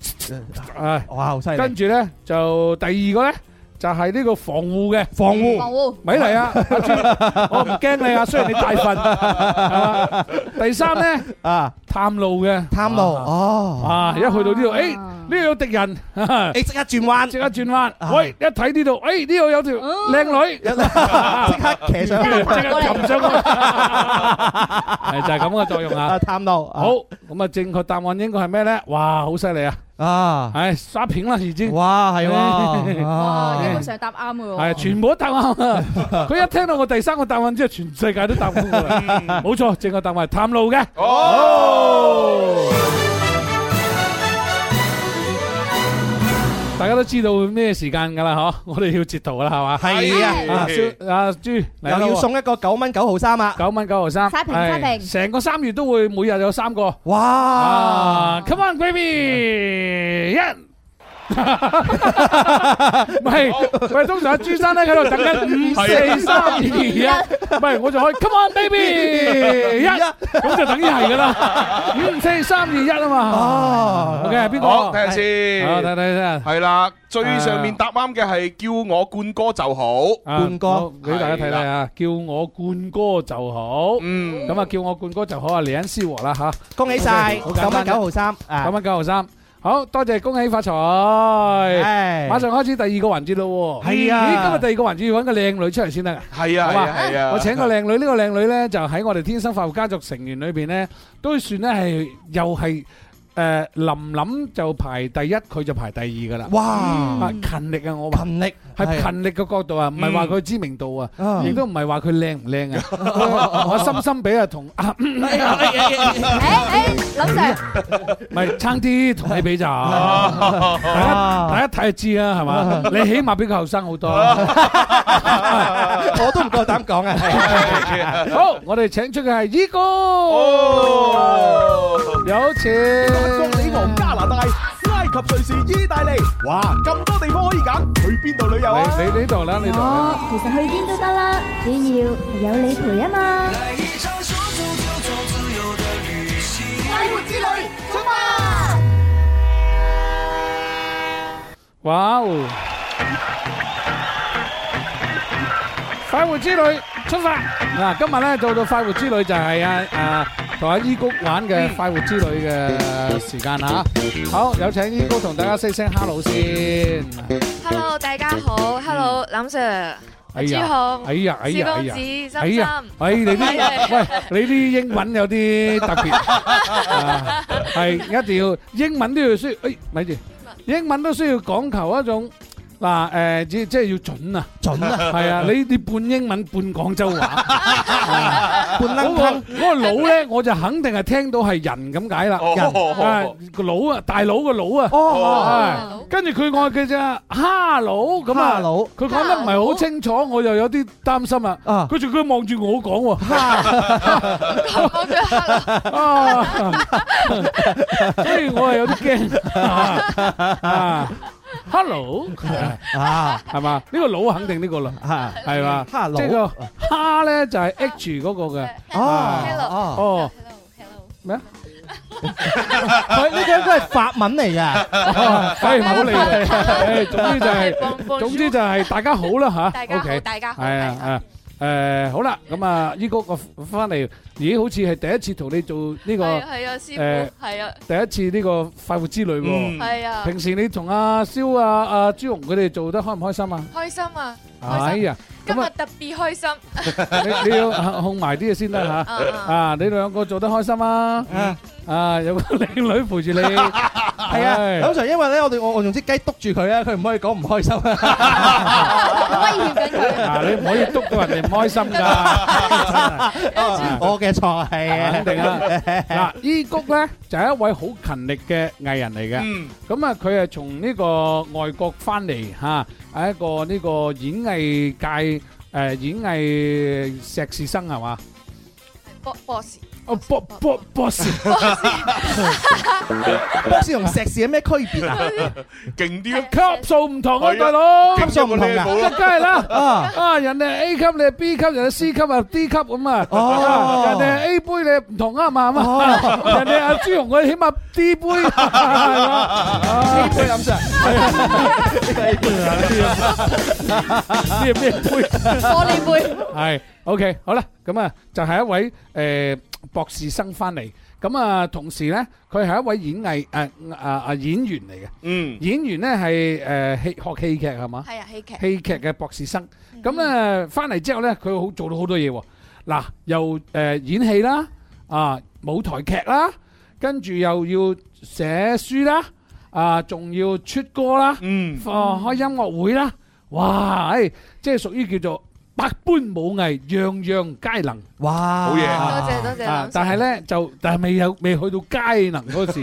啊！
哇，好犀利！
跟住咧就第二個咧就係呢個防護嘅
防護
防護
咪嚟啊！阿朱我唔驚你啊，雖然你大份係嘛。第三咧
啊，
探路嘅
探路哦
啊！一去到呢度，誒呢度有敵人，
你即刻轉彎，
即刻轉彎。喂，一睇呢度，誒呢度有條靚女，
即刻騎上去，
即刻擒上 去，係就係咁嘅作用啊！
探路
好，咁啊，正確答案應該係咩咧？哇，好犀利啊！
啊，
係刷屏啦，已經。
哇，係喎
哇，基本上答啱嘅喎。
係全部都答啱啊！佢一聽到我第三個答案之後，全世界都答啱㗎啦。冇錯，正確答案係探路嘅。哦，大家都知道咩時間㗎啦，嗬？我哋要截圖㗎啦，係嘛？
係啊
蕭阿朱 嚟啦
又要
喎
送一個九蚊九毫三啊！
九蚊九毫三，
刷屏
係
刷屏
成個三月都會每日有三個。
哇
啊！Come À, on baby，一。 唔係，喂，通常阿朱生咧喺度等緊五
係
四三二一，唔係我就可以 come on baby Dạ. 一，咁就等於係噶啦，五四三二一啊嘛。哦，OK 係邊個？
好，睇下先。
好睇睇先。
係啦，最上面答啱嘅係叫我冠哥就好。
啊我俾大家睇睇啊！叫我冠哥就好，嗯，咁啊叫我冠哥就好啊！李恩思和啦吓，
恭喜晒
OK，好簡單啫
9.9毫三啊
九蚊九毫三，好多謝恭喜發財，
係
馬上開始第二個環節咯喎，
係啊
咦，今日第二個環節要揾個靚女出嚟先得啊，
係啊
好嘛
係啊係啊
我請個靚女，呢個靚女咧就喺我哋天生發育家族成員裏邊咧，都算咧係又係。誒林林就排第一，佢就排第二噶啦。
哇
啊勤力啊，我話
勤力
係
係
勤力嘅角度啊，唔係話佢知名度啊，
嗯
亦都唔係話佢靚唔 靚啊。我深深比啊同啊，
林 Sir，
唔係差啲同你比咋，
啊
大家大家睇就知啦，係 嘛？你起碼比佢後生好多。
我都唔夠膽講啊！
好，我哋請出嘅係依哥，有請。
美國、加拿大、埃及、瑞士、意大利，哇！咁多地方可以揀，去邊度旅遊啊？
你你呢度啦，呢
我
度。
其實去邊都得啦，只要有你陪啊嘛。
快活之旅，出發！
哇哦！快活之旅出發嗱，今日咧到到快活之旅就係啊啊同阿依谷玩嘅快活之旅嘅時間啦吓。好，有請依谷同大家 say 聲 hello 先。
Hello，大家好，Hello，林 Sir，朱紅
哎呀，哎呀，哎呀，
小公子
哎呀
心心，
哎你
係係
啲喂，你啲英文有啲特別，啊係一定要英文都要需，哎咪住，英文都需要講求一種嗱誒，即即係要準啊，準
啊
係啊，你你半英文半廣州話，
半
嗰個嗰個腦咧，我就肯定係聽到係人咁解啦，
人
啊個腦啊，大佬個腦啊，
哦
係跟住佢我佢啫，hello 咁啊，
Hello
佢講得唔係好清楚，我又有啲擔心啊，佢仲佢望住我講 喎，啊，所以我係有啲驚啊啊，hello
啊，
係嘛？呢個腦肯定呢個啦，係嘛？
Hello
即係個蝦咧就係 H 嗰個嘅，
哦
啊哦。咩啊？
佢呢個應該係法文嚟 嘅，
唉，唔好理 佢。唉，總之就係，
Bonjour
總之就係大家好啦吓。
大家好
OK，
大家好
係啊，誒誒好啦，咁啊，依個個翻嚟，咦，好似係第一次同你做呢個，
係係啊，師傅，係啊，
第一次呢個快活之旅喎。
係啊
平時你同阿蕭啊、阿朱紅佢哋做得開唔開心啊？
開心啊，
哎呀，
今
咁
日
啊，
特別開心，
你你要控埋啲嘢先得吓。
啊
啊，你兩個做得開心啊！啊，有個靚女陪住你。
係啊，通常因為咧，我哋我我用支雞督住佢咧，佢唔可以講唔開心啊。我嘅錯係
啊
啊
嗱，伊谷咧就係一位好勤力嘅藝人嚟嘅
嗯。
咁啊，佢係從呢個外國翻嚟嚇，係一個呢個演藝界誒演藝碩士生係嘛？
博博士，
哦，博博博士，
博士同碩士有咩區別啊？
勁
啲級數唔同啊，
係啊
大佬，
級數唔同㗎
咁梗係 啦，
À.
啊
啊，人哋 à, A 級，你係 B 級，人哋 C 級啊，D 級咁啊，
哦
啊人哋 À, A 杯你唔同啊嘛，係
哦
嘛，人哋阿朱紅佢起碼 D 杯，
呢
À.
杯飲 上，
呢個咩杯？
玻璃杯。
系，OK，好啦，咁啊，就係一位诶博士生翻嚟，咁啊，同時咧，佢係一位演藝诶啊啊演員嚟嘅，
嗯，
演員咧係诶戏学戲劇係嘛，
係啊戲劇
戏剧嘅博士生，咁咧翻嚟之後咧，佢好做到好多嘢喎，嗱，又诶演戲啦，啊舞台劇啦，跟住又要寫書啦，啊，仲要出歌啦，
嗯，
開音樂會啦，哇，诶，即係屬於叫做。百般武藝，樣樣皆能。
哇
好嘢
多謝多謝林 Sir
但係咧就但係未有未去到皆能嗰
嗯
時，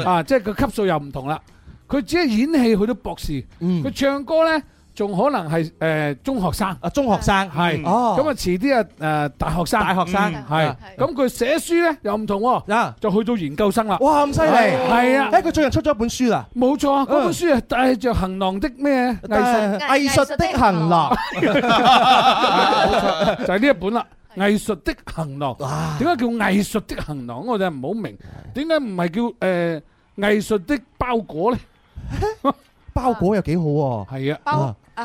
啊，即係個級數又唔同啦。佢只係演戲去到博士，佢唱歌咧仲可能係誒中學生。
啊，中學生
係。
哦
咁啊，遲啲啊誒大學生。
大學生
嗯係
啊。
咁佢寫書咧又唔同喎，就去到研究生啦。
哇咁犀利，
係啊
誒，佢最近出咗一本書啦，
冇錯，嗰本書啊帶著行囊的咩藝術
藝術的行囊，
就係呢一本啦。藝術的行囊，點解叫藝術的行囊？我就唔 好明，點解唔係叫誒、呃、藝術的包裹咧？
包裹又幾好喎，
係啊，
包啊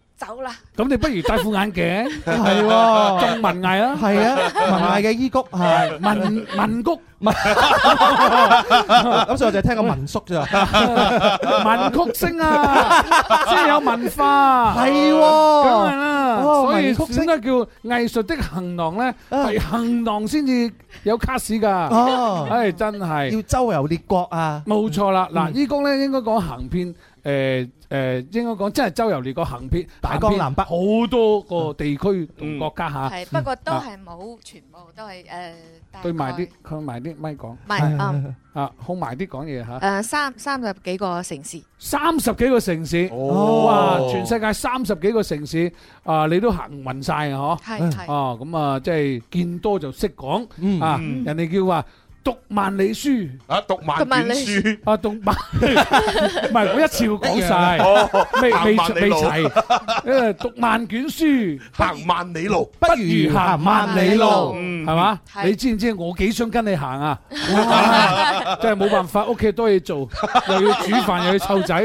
走啦。
咁你不如戴副眼鏡，
係喎
仲文藝啊，
係啊，文藝嘅衣谷係
文文谷，
咁所以我就聽個民 宿咋，
文曲星 啊，先有文化，
係喎
梗係啦，
哦
所以
文曲星
點解叫藝術的行囊咧？係行囊先至有卡士㗎，
哦
唉，真係
要周遊列國啊，
冇錯啦，嗱，
嗯
依工咧應該講行遍誒誒，應該講真係周遊列國行遍，
大江南北
好多個地區同國家嚇。
係，不過都
啊
係冇全部都係誒，大
對埋
概
啲，佢埋啲咪講。
咪嗯
啊，控埋啲講嘢嚇。
誒三三十幾個城市。
三十幾個城市，
哦
哇！全世界三十幾個城市啊，你都行暈晒啊！嗬。
係係
哦，咁啊，即係見多就識講啊，
嗯
人哋叫話。讀萬里書
啊，讀萬卷書
啊，讀 萬唔係我一次過講晒
哦，
未
行
未
萬里
未
路
齊， 誒讀萬卷書，
行萬里路，
不如行萬里路，
嗯
係嘛？
係
你知唔知我幾想跟你 行啊？真係冇辦法，屋企多嘢做，又要煮飯，又要湊仔，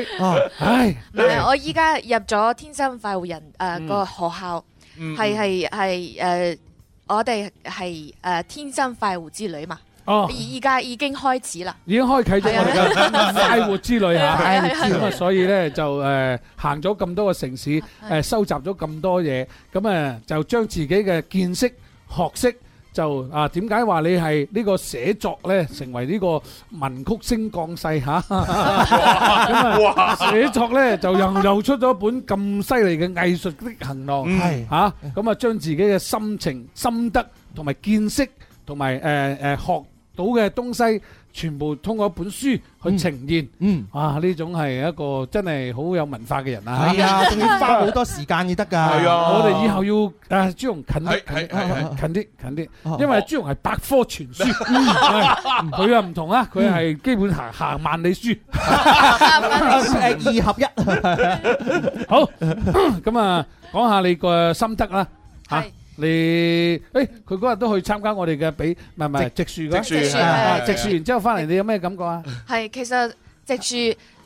唉。
唔係，我依家入咗天生快活人誒個學校，
嗯
係係係誒，我哋係誒天生快活之旅嘛。
哦
而依家已經開始啦。
已經開啟咗我哋嘅快活之旅嚇，
係啊係啊係啊
咁啊，所以咧就誒行咗咁多個城市，誒收集咗咁多嘢，咁啊就將自己嘅見識、學識就啊點解話你係呢個寫作咧，成為呢個文曲星降世 嚇，咁啊寫作咧就 又又出咗一本咁犀利嘅藝術的行囊，
係
嚇，咁啊將自己嘅心情、心得同埋見識同埋誒誒學到嘅東西，全部通過一本書去呈現。
嗯，
哇！呢種係一個真係好有文化嘅人啊！
係 啊，仲要花好多時間至得㗎，
係啊我哋以後要誒朱紅近啲，近啲近啲近
哦
啲，因為朱紅係百科全 書， 係佢又唔同啊，佢係基本行行萬里書，
誒二合一。
好，咁啊，講下你個心得啦，嚇你誒，佢嗰日都去參加我哋嘅比，唔係唔係植樹嘅，
植樹
啊啊
係係
植樹完之後翻嚟，你有咩感覺啊？
係，其實藉住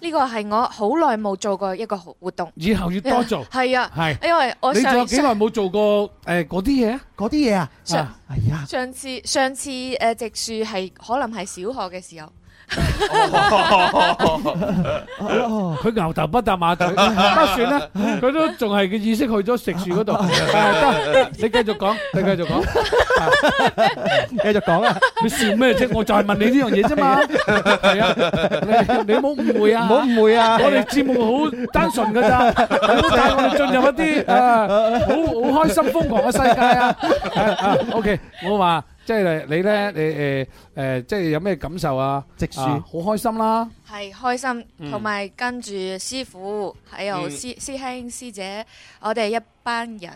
呢個係我好耐冇做過一個活動，
以後要多做
係啊，
係
因為我
你仲有
上
幾耐冇做過誒嗰啲嘢啊？
嗰啲嘢啊，
呃上上次上次誒植樹係可能係小學嘅時候，
佢牛頭不搭馬嘴，不算啦，佢都仲係嘅意識去咗食樹嗰度。誒得，你繼續講，你繼續講，
繼續講啊！
你笑咩啫？我就係問你呢樣嘢啫嘛。係啊，你你唔好誤會啊！
唔好誤會啊
我哋節目好單純㗎咋，唔好帶我哋進入一啲啊好好開心瘋狂嘅世界啊！啊，OK，我話。即係你咧，你誒誒，即係有咩感受啊？
植
樹好開心啦！
係開
嗯
心，同埋跟住師傅，還有
嗯
師師兄師姐，我哋一班人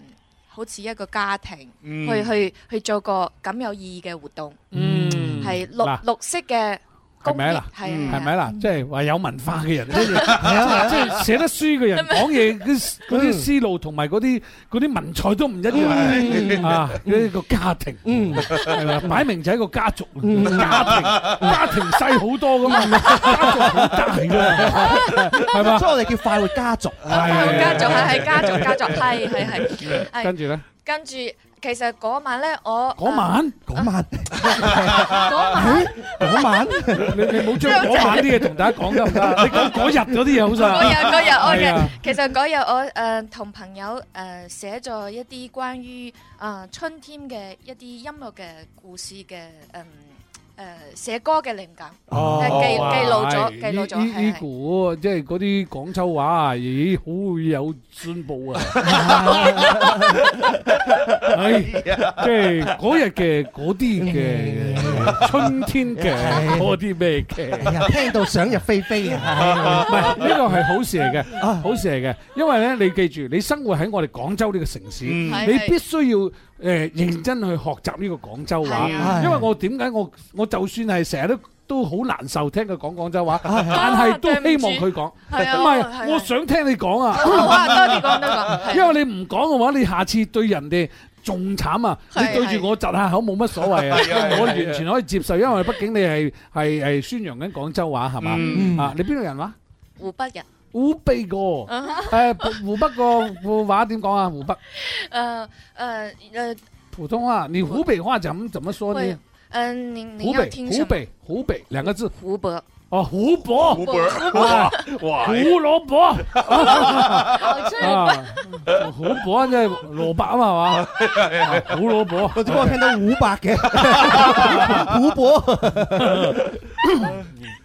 好似一個家庭，
嗯
去去去做個咁有意義嘅活動，
嗯，
係綠
嗱
綠色嘅
係
公益，
咪
係
啊
啊？
嗱？
係
係
啊
咪啊嗱？即係話有文化嘅人，跟住
啊
即係寫得書嘅人，講嘢嗰嗰啲思路同埋嗰啲嗰啲文采都唔一樣啊！呢個家庭，係嘛？擺明就係一個家族，家庭家庭細好多噶嘛，家族好大㗎，係嘛？
所以我哋叫快活家族，
快
哦家族係係家族家族係係係 係
嗯跟住咧，
跟住其實嗰晚咧，我
嗰晚
嗰晚
嗰晚
嗰晚，
你你 冇將嗰晚啲嘢同大家講得唔得？你講嗰日嗰啲嘢好晒。
嗰日 嗰日我
係啊
嘅，其實嗰日我誒同朋友誒寫咗一啲關於誒春天嘅一啲音樂嘅故事嘅誒誒寫歌嘅靈感，誒記記錄咗
係
記錄咗
依依依
係係
股即係嗰啲廣州話啊，咦，好 有進步啊！係，即係嗰日嘅嗰啲 嘅春天嘅嗰啲咩嘅。
哎呀，聽到想入非非 啊！
唔係呢個係好事嚟嘅，好事嚟嘅，因為咧你記住，你生活喺我哋廣州呢個城市，
嗯
你必須要誒認真去學習呢個廣州話
係啊，
因為我點解我我就算係成日都。都好難受，聽佢講 廣州話，但係都希望佢講。
係啊
唔
係啊
係，我想聽你講啊。
好啊多啲講多 講係
因為你唔講嘅話，你下次對人哋仲慘啊！你
係
對住我窒下口冇乜所謂啊
係啊係啊，
我完全可以接受，因為畢竟你係係係宣揚緊廣州話係
嗯
嘛？啊，你邊度人話？
湖北人
湖北個，
啊
誒湖北個湖話點講啊？湖北
誒誒誒
普通話，你湖北話怎怎麼說
會
呢？
誒你你
湖
要
北
聽什
湖
麼？
北湖北兩個字，
湖北
哦，湖北
湖北
哇
哇
胡蘿蔔，
真
啊胡蘿蔔即係蘿蔔啊嘛，係嘛？胡蘿蔔，
我只不過聽到五百 嘅胡蘿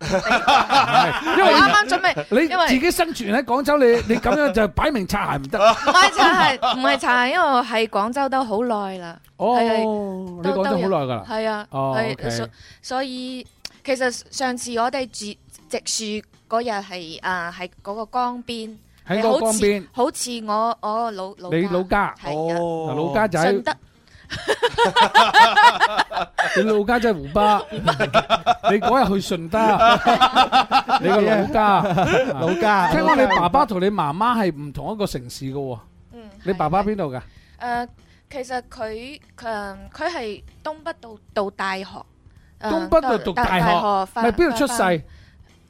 因
因為
為啱啱準備，因為
你自己生存喺廣州，你你咁樣就擺明擦鞋唔得。
唔係擦鞋，唔係擦鞋，因為我喺廣州都好耐啦。
哦
係
你廣州好耐㗎啦
係啊，
哦
係
OK
所所以其實上次我哋住植樹嗰日係啊喺嗰個江邊，
喺
係
個
好似
江邊
好似我我老老
你老家
係啊，
老家就喺
順德
你老家真係湖 北， 你嗰日去順德， 你個老家
老家
聽講你爸爸同你媽媽係唔同一個城市嘅喎。
嗯
你爸爸邊度㗎？
誒，其實佢誒佢係東北到到大學，誒
東北度讀大學，
翻
係邊度出
翻
世？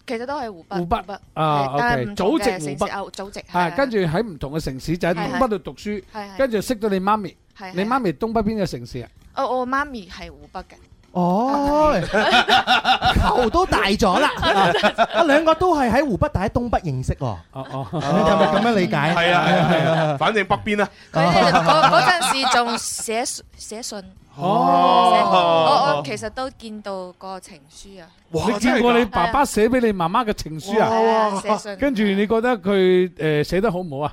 其實都係湖北，
湖北
係
啊
但
，OK，
係唔同
祖
嘅
籍湖
城
北
市啊祖籍係
啊，
啊
跟住喺唔同嘅城市就喺
係係
東北度讀
係，
書
係
跟住識到你媽咪
係。係
你媽咪東北邊嘅城市啊？
我我媽咪係湖北 嘅，
哦，頭都大咗啦！啊，兩個都係喺湖北，但喺東北認識喎。哦
哦，
係咪咁樣理解？
係啊係啊係啊，反正北邊啊。
佢哋嗰嗰陣時仲寫寫信，
哦
寫我我其實都見到個情書啊，
你見過你爸爸寫俾你媽媽嘅情書
哇寫
啊？
信
跟住你覺得佢誒寫得好唔好啊？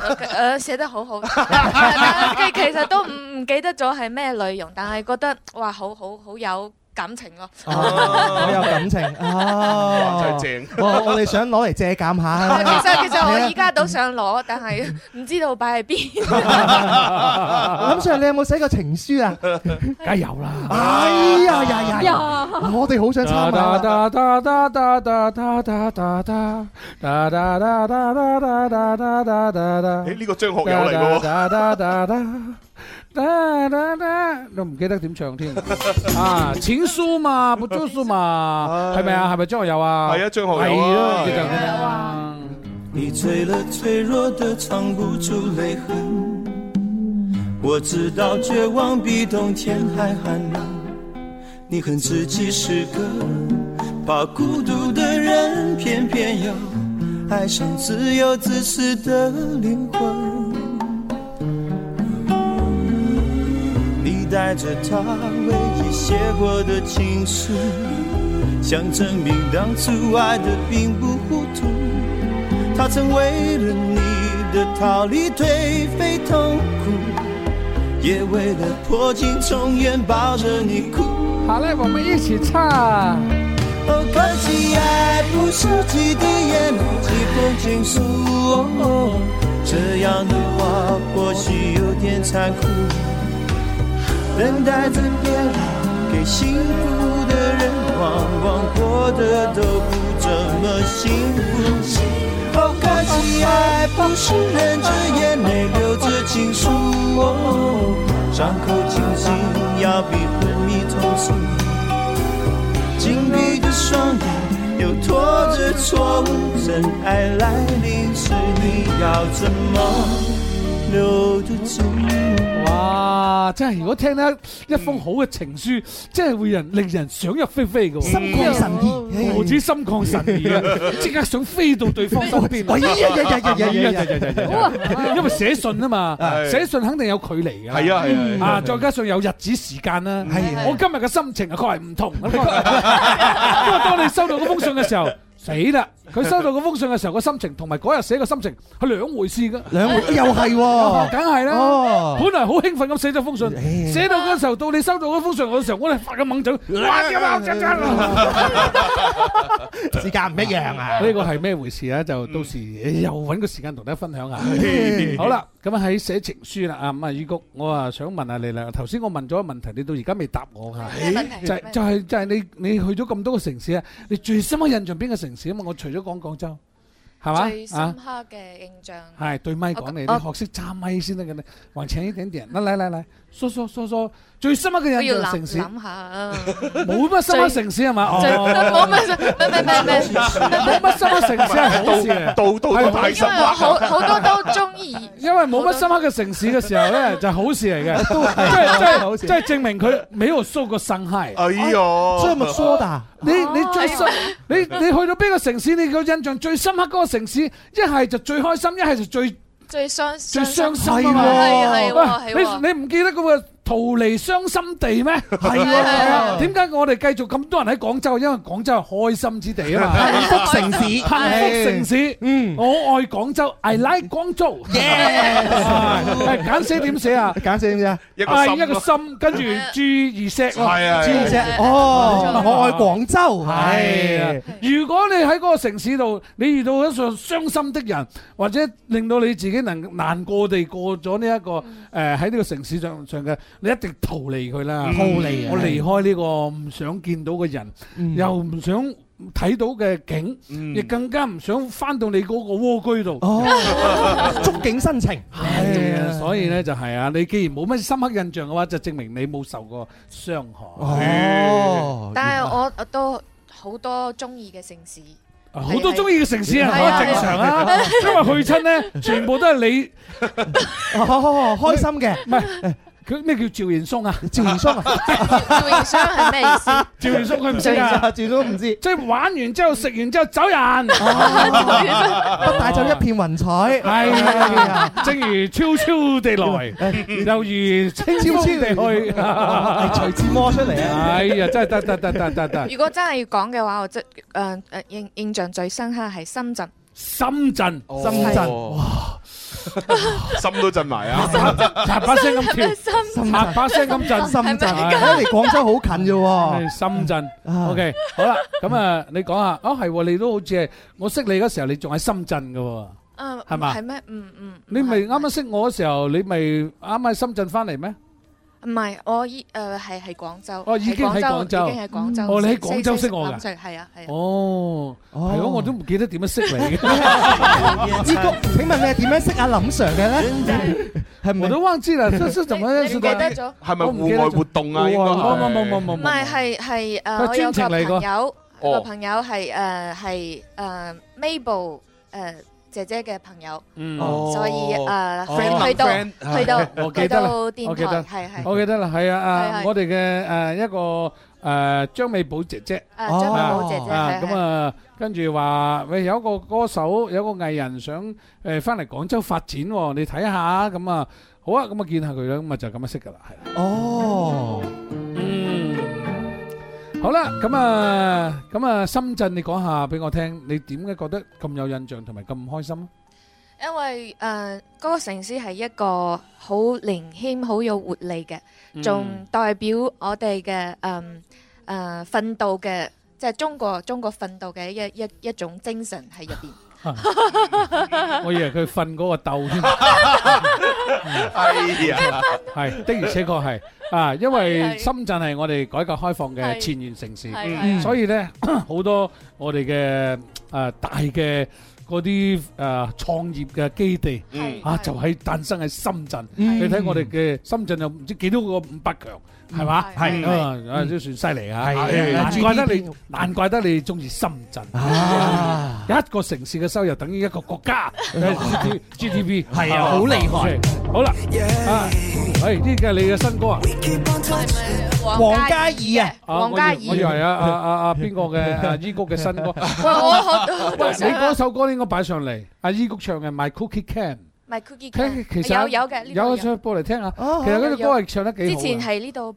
誒寫得好好，啊佢其實都唔唔記得咗係咩內容，但係覺得哇好好好有感情咯，
好 有感情哦，
真係
正！我我哋想攞嚟借鑑 下。
啊其實其實我依家都想攞，但係唔知道擺喺
林
邊。
Sir，你有冇寫過情書啊？
梗係有啦！
哎呀呀呀呀！我哋好想參考啊。
噠噠噠噠噠噠噠噠噠噠噠噠噠噠噠噠噠噠噠噠。
誒呢個張學友嚟嘅
噠
喎。
噠噠噠哒哒哒， 都唔記得點唱添啊！錢輸嘛，不足輸嘛，係咪啊？係咪張學友啊？
係啊張學友啊
係咯
係啊
就咁樣
你醉了，脆弱的藏不住泪痕。我知道绝望比冬天还寒冷。你恨自己是个怕孤独的人，偏偏又爱上自由自私的灵魂。你带着他唯一写过的情书，想证明当初爱的并不糊涂。他曾为了你的逃离颓废痛苦，也为了破镜重圆抱着你哭。
好嘞，我们一起唱。
哦，可惜爱不是几滴眼泪，几封情书。哦哦，这样的话或许有点残酷，等待着别人给幸福的人，往往过得都不怎么幸福。哦，可惜爱不是忍着眼泪留着情书。哦，伤口清醒要比昏迷痛楚。紧闭的双眼，又拖着错误。真爱来临时，你要怎么留得住？
哇！真係如果聽得一封好嘅情書，真係會人令人想入非非嘅喎。
心曠神怡哎
何止心曠神怡啊！即刻想飛到對方身邊。啊
哎呀呀呀呀哎呀
哎
呀呀呀
呀！因為寫信啊嘛，
係
寫信肯定有距離㗎。
係啊係啊係啊
啊，再加上有日子時間啦。我今日嘅心情啊，確係唔同。不過當你收到嗰封信嘅 時候。死啦！佢收到嗰封信嘅時候個心情，同埋嗰日寫嘅心情係兩回事㗎。
兩回又係喎
梗係啦
哦。
本來好興奮咁寫咗封信，寫到嗰時候，到你收到嗰封信嘅時候，我哋發緊猛嘴，哇！點啊，真真
時間唔一樣啊！
呢個係咩回事啊？就到時又揾個時間同大家分 享下
嗯。
好啦，咁啊喺寫情書啦，啊咁啊，雨谷，我啊想問下你啦。頭先我問咗個問題，你到而家未答 我
咩問
嚇。
題
就係就係就係你你去咗咁多個城市啊，你最深刻印象邊個城市啊嘛？我除咗講廣州，係 嘛？
最深刻嘅印象。
系对咪講你，
我
你學識揸咪先得嘅咧。還請一點點，嚟嚟嚟嚟，疏疏疏疏，最深刻嘅
我
印
要諗
象城市，
諗下啊，
冇乜深刻城市係嘛？
最冇
哦，
乜，唔係唔係唔係唔係
冇乜深刻城市係好事嚟，
到到
係
到
好
太
因為
啊
我好好多都中意。
因為冇乜深刻嘅城市嘅時候咧，就係好事嚟嘅，
都係
即
好
係即
事
係即係證明佢沒有受過傷害。哎
呦
所以咪疏達
你
哦
你最深
哎
啊
呀，
你你去到邊個城市，你個印象最深刻嗰個城市，一係就最開心，一係就最。
最傷
最傷心啊嘛！
係係喎係
喂
喎。
你你唔記得嗰個逃離傷心地咩？係
係啊係啊
點解我哋繼續咁多人喺廣州？因為廣州係開心之地啊嘛，
幸福城市
幸福城市。嗯，我愛廣州，I like 廣州。 係簡寫點寫啊？
簡寫點寫啊？
一
個心
一個心，跟住注意石咯。
係啊係啊注意石
係啊
哦
冇錯
我愛廣州
係啊
係。
如果你喺嗰個城市度，你遇到一個傷心的人，或者令到你自己能難過地過咗呢一個誒喺呢個城市上上嘅，你一定逃離佢啦。
逃離啊
我離開呢個唔想見到嘅人，又唔想睇到嘅景，亦更加唔想翻到你嗰個窩居度。
觸景生情，
à.
係啊，所以咧就係啊，你既然冇乜深刻印象嘅話，就證明你冇受過傷害。
哦
但係我我都好多中意嘅城市，
啊好多中意嘅城市啊，
係啊
正常啊
係啊，
因為去親 咧，全部都係你
哦，開心嘅，
唔係佢咩叫趙元松啊？
趙元松啊，
趙元松係咩意思？
趙元松佢唔識啊，
趙都唔知，
即係玩完之後食完之後走人，
哦不帶走一 片雲彩，
係啊，正如悄悄地
哎
來，又如清風地 去，
隨自摸出嚟啊！
哎呀，真係得得得得得得
如。果真係要講嘅話，我即誒誒印印象最深刻係深圳。
深圳，
深圳，哇，心都震埋 啊！
嗱把聲咁跳，
深
嗱把聲咁震，
深圳，
係
睇嚟廣州好近啫喎。
深圳，OK，好啦，咁啊，你講下，啊係喎，你都好似係我識你嗰時候，你仲喺深圳嘅喎，
嗯，
係嘛
係咩？嗯嗯，
你咪啱啱識我嗰時候，你咪啱喺深圳翻嚟咩？
唔係，我依誒係係廣州。
哦，已經喺廣州，
已經喺廣州。
哦，你喺廣州
四
識我㗎？
係 啊係啊。
哦，係咯，我都唔記 得點樣識你嘅。
呢個請問你係點樣識阿林 Sir 嘅咧？係咪
我都忘記了，這是怎麼認
你你唔記
識的？
得咗
係咪
我唔記得
戶外
咗
活動啊
戶外
應該係
冇冇冇
唔
冇冇。
係係係誒，
佢
我有個
專程嚟過
朋友，
哦
個朋友係誒係誒 Mabel 誒姐姐嘅朋友，
嗯
所以誒
哦哦
去去到
friend
去到
我記
去
得啦
到
我
電
記得
台係係
我記得啦，係啊啊
係！係
我哋嘅誒一個誒張美寶姐姐，
啊張美寶姐姐
啊
係係
咁啊，跟住話喂有一個歌手有一個藝人想誒翻嚟廣州發展喎，你睇下咁啊，好啊，咁啊見下佢啦，咁啊就咁樣識噶啦，係啦。
哦，
嗯，好啦，咁啊咁啊，深圳你講下俾我聽，你點解覺得咁有印象同埋咁開心啊？
因為誒嗰、個城市係一個好年輕、好有活力嘅
嗯，
仲代表我哋嘅誒誒奮鬥嘅，即係中國中國奮鬥嘅一一一種精神喺 入邊。
我以為佢瞓嗰個竇添。
à.
係的，
哎呀，
而且確係啊，因為深圳係我哋改革開放嘅前沿城市
係係，係
所以咧 好多我哋嘅誒大嘅。嗰啲誒創業嘅基地
嗯
啊，就喺誕生喺深圳。
嗯
你睇我哋嘅深圳有唔知幾多個五百強，係嘛？
係
啊
係
啊，都算犀利啊！
係
係
啊
難怪得
GDP
你，難怪得你中意深圳。一個城市嘅收入等於一個國 家 GDP，
係啊好厲害。
好啦，啊，喂，呢個係你嘅新歌啊？
王嘉
à?
爾啊，
啊
王嘉爾
我以我以為啊啊啊啊邊個嘅啊伊谷嘅新歌？
喂我我
喂，你嗰首歌應該擺上嚟，阿伊谷唱嘅《My Cookie Can》。
唔係 Cookie
聽
Can，
其實
有有嘅呢度
有唱播嚟聽下。
哦
其實嗰隻歌係唱得幾
之
好嘅。
前喺呢度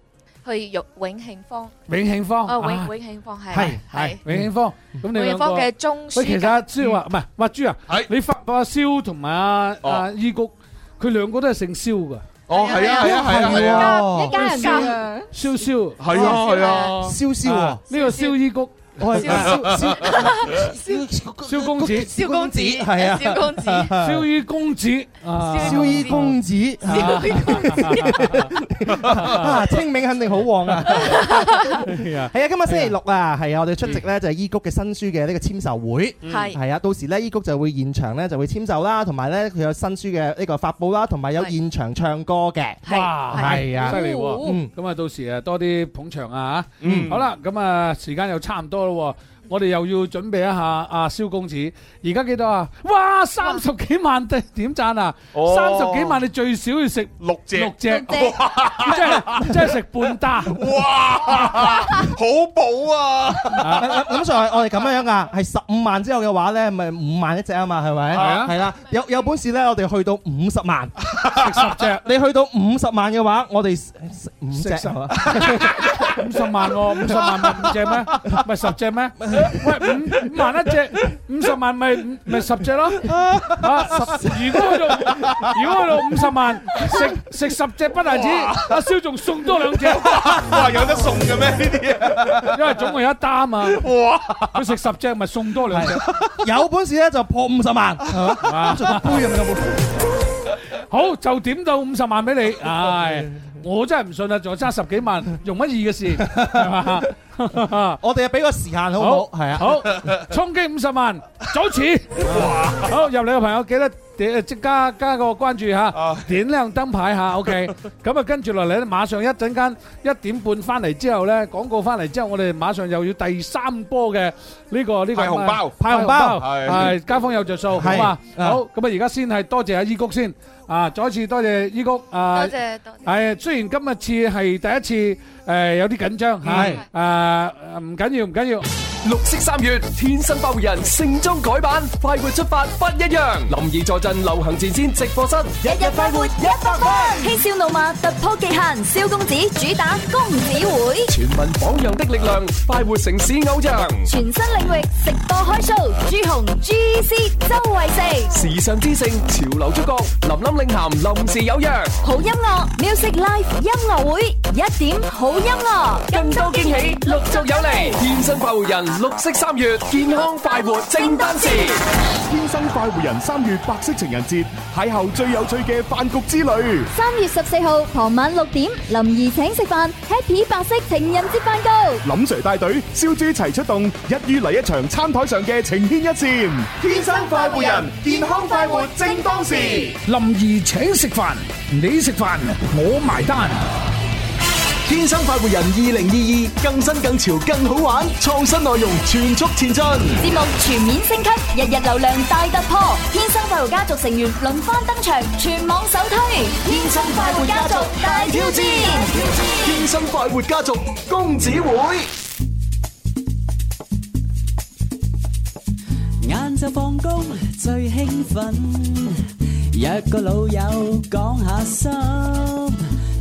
去玉永慶坊，
永慶坊
哦
啊
永永慶坊係
係係永慶坊，咁你
永慶
兩
坊
個
嘅中書
喂，其實阿蕭啊，唔係，阿朱啊，你發覺阿蕭同埋阿阿伊谷，佢兩個都係姓蕭噶。
哦係啊係啊係啊係啊
一家人
蕭
㗎
蕭蕭
係啊係
à.
啊
蕭蕭
À,
啊呢個蕭伊谷。
我係蕭蕭
蕭蕭公子，
蕭公子係
à.
啊蕭 公子
蕭伊公子，啊
蕭伊 公子，
蕭伊
啊，清明肯定好旺 啊！
係啊
係啊，今日星期六啊，係啊，我哋出席咧就係伊谷嘅新書嘅呢個簽售會，
哎嗯
係
係
係啊，到時咧伊谷就會現場咧就會簽售啦，同埋咧佢有新書嘅呢個發布啦，同埋有現場唱歌嘅，
哇，
係啊，
犀利喎！
嗯
咁啊，到時啊多啲捧場啊嚇。
嗯
好啦，咁啊時間又差唔多咯喎。我哋又要準備一下阿蕭公子，而家幾多啊？哇，三十幾萬點點贊啊！
哦
三十幾萬你最少要食
六隻
六隻， 真係真係食半打。
哇，好補啊！
咁所以我哋咁樣樣噶，係十五萬之後嘅話咧，咪五萬一隻啊嘛，係咪？
係啊
係啦，有有本事咧，我哋去到五十萬，
食十隻。
你去到五十萬嘅話，我哋食食五隻
食
啊
十
係嘛？
五十萬喎，五十萬咪五隻咩？ 咪十隻咩？喂，五五萬一隻，五十萬咪五咪十隻咯。啊，如果去到如果去到五十萬，食食十隻不但止，阿蕭仲送多兩隻。
哇，有得送嘅咩？呢啲嘢
因為總共有一打嘛。
哇！
佢食十隻咪送多兩隻。
有本事咧就破五十萬，係嘛
啊
做個杯咁有冇？
好就點到五十萬 俾你，唉，我真係唔信啦，仲有差十幾萬，容乜易嘅 事係嘛？
我哋俾個時限好唔好？係啊，
好衝擊五十萬，早起！好入嚟嘅朋友記得點即加加個關注嚇，點亮燈牌嚇，OK。咁 啊，跟住落嚟咧，馬上一陣間一點半翻嚟之後咧，廣告翻嚟之後，我哋馬上又要第三波嘅呢個呢個
派紅包
派紅包
係
係街坊有着數，好嘛？
係啊
好，咁啊，而家先係多謝阿伊谷先。啊！再一次多謝伊谷啊！
多謝多謝
係雖然今日次係第一次誒有啲緊張嚇，
係
誒唔緊要唔緊要。
绿色三月，天生快活人盛装改版，快活出发不一样。林怡坐镇流行前线直播室，日日快活一百分。
嬉笑怒罵突破極限，蕭公子主打公子會，
全民榜樣的力量，快活城市偶像。
全新領域直播開 show，朱紅、GC、周慧四，
時尚之盛，潮流觸覺，林林領涵，臨時有約。
好音樂 Music Live 音樂會，一點好音樂，更多驚喜陸續有嚟。
天生快活人，綠色三月，健康快活正當時。
天生快活人三月白色情人節邂逅最有趣嘅飯局之旅。
三月十四號傍晚六點，林兒請食飯，Happy 白色情人節飯局。
林 Sir 帶隊，燒豬齊出動，一於嚟一場餐台上嘅情牽一線。
天生快活人健康快活正當時林兒請食飯，你食飯，我埋單。
天生快活人二零二二更新更潮更好玩，創新內容全速前進。
節目全面升級，日日流量大突破，天生快活家族成員輪番登場，全網首推，天生快活家族大挑戰。
天生快活家族公子會。
晏晝放工最興奮，約個老友講下心，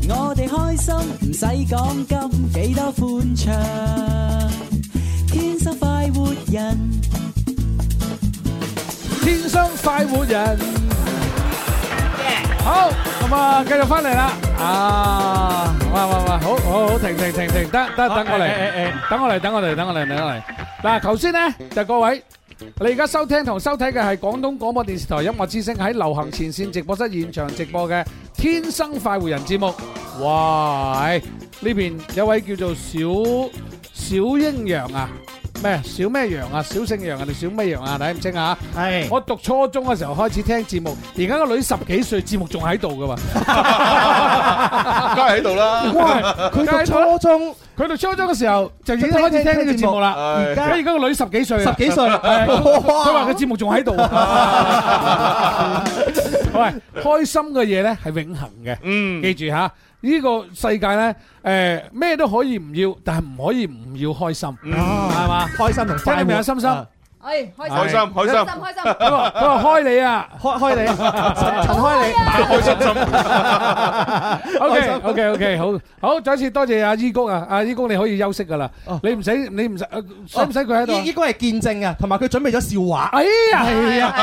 我哋開心唔使講金，幾多歡暢，天生快活人，
天生快活人。好，咁啊，繼續翻嚟啦。啊，哇哇哇，好好好，停停停停，得得，等我嚟，等我嚟，等我嚟，等我嚟，等我嚟。嗱，頭先咧就各位。你而家收聽同收睇嘅係廣東廣播電視台音樂之聲喺流行前線直播室現場直播嘅《天生快活人》節目。哇！係呢邊有位叫做小小鷹揚啊，咩小咩揚啊，小姓揚啊定小咩揚啊？睇唔清啊！係我讀初中嘅時候開始聽節目，而家個女十幾歲，節目仲喺度噶喎。
梗係喺度啦。
喂，佢讀初中，佢讀初中嘅時候就已經開始聽呢個節目啦。而家而家個女十幾歲，
十 幾歲
係佢話個節目仲喺度。喂，開心嘅嘢咧係永恆嘅，嗯，記住嚇。呢個世界咧，誒咩都可以唔要，但係唔可以唔要開心，係嘛？
開心同
即係你明啊，心心。
哎，開
開心開心
開心，
佢話佢話開你啊，
開開 你，陳陳開你，
打開 心心。O K O K O K，好好，再一次多謝阿依谷啊，阿依谷你可以休息噶啦，你唔使你唔使呃使唔使佢喺度啊
依？依個係見證啊，同埋佢準備咗笑話。
哎呀，
係啊，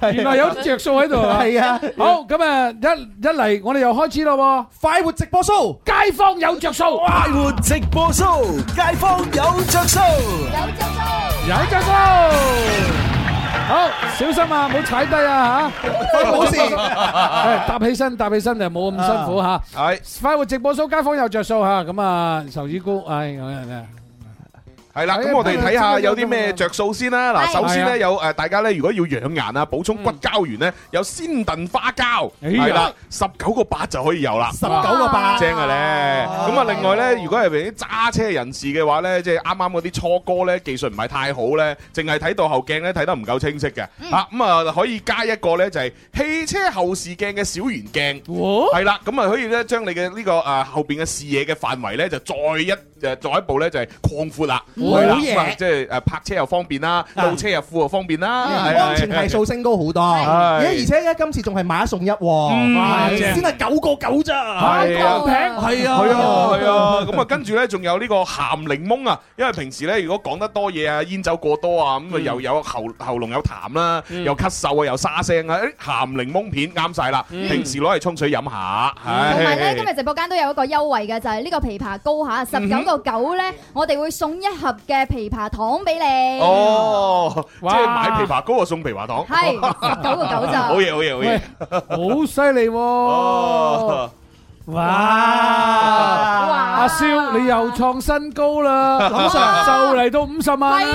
哎呀 原來有着數喺度啊！
係啊
好咁啊，一一嚟我哋又開始咯喎！
快活直播 show，
街坊有着數，
快活直播 show，街坊有着數。
有着數，好小心啊，唔好踩低啊嚇！
冇事
係搭起身，搭起身就冇咁辛苦嚇。係快活直播 show，街坊有着數嚇，咁啊壽衣姑，唉咁樣啊。
係啦，咁我哋睇下有啲咩着數先啦。嗱，
係
首先
係啊
咧有誒，大家咧如果要養顏啊，補充骨膠原咧，有鮮燉花膠，
哎呀
係啦，十九個八就可以有啦。十
九個八
正啊咧！咁啊，另外咧，如果係俾啲揸車人士嘅話咧，即係啱啱嗰啲初哥咧技術唔係太好咧，淨係睇到後鏡咧睇得唔夠清晰嘅。
嗯
啊，咁啊可以加一個咧就係汽車後視鏡嘅小圓鏡，
哦
係啦，咁啊可以咧將你嘅呢個誒後邊嘅視野嘅範圍咧就再一誒再一步咧就係擴闊啦。
好
係啦
嘢啊
咁啊即係誒泊車又方便啦，倒車入庫又方便啦，係啊
嗯安全係數升高好多，而且而且咧今次仲係買一送一
嗯
喎，
正
先係九個九咋，
係啊咁平
係啊，
係
à.
啊係啊，咁啊跟住咧仲有呢個鹹檸檬啊，因為平時咧如果講得多嘢啊，煙酒過多啊，咁啊又有喉喉嚨有痰啦，又咳嗽啊，又沙聲啊，誒鹹檸檬片啱晒啦，
嗯
平時攞嚟沖水飲下，
同埋咧，
唉
今日直播間都有一個優惠嘅，就係呢個枇杷膏嚇，十九個九咧，我哋會送一盒嘅枇杷糖俾你。
哦，即係買枇杷膏啊送枇杷糖，
係九個九咋
好嘢好嘢好
好
嘢，
犀利喎！哇！阿蕭，你又創新高啦！
林 Sir
就嚟到五十萬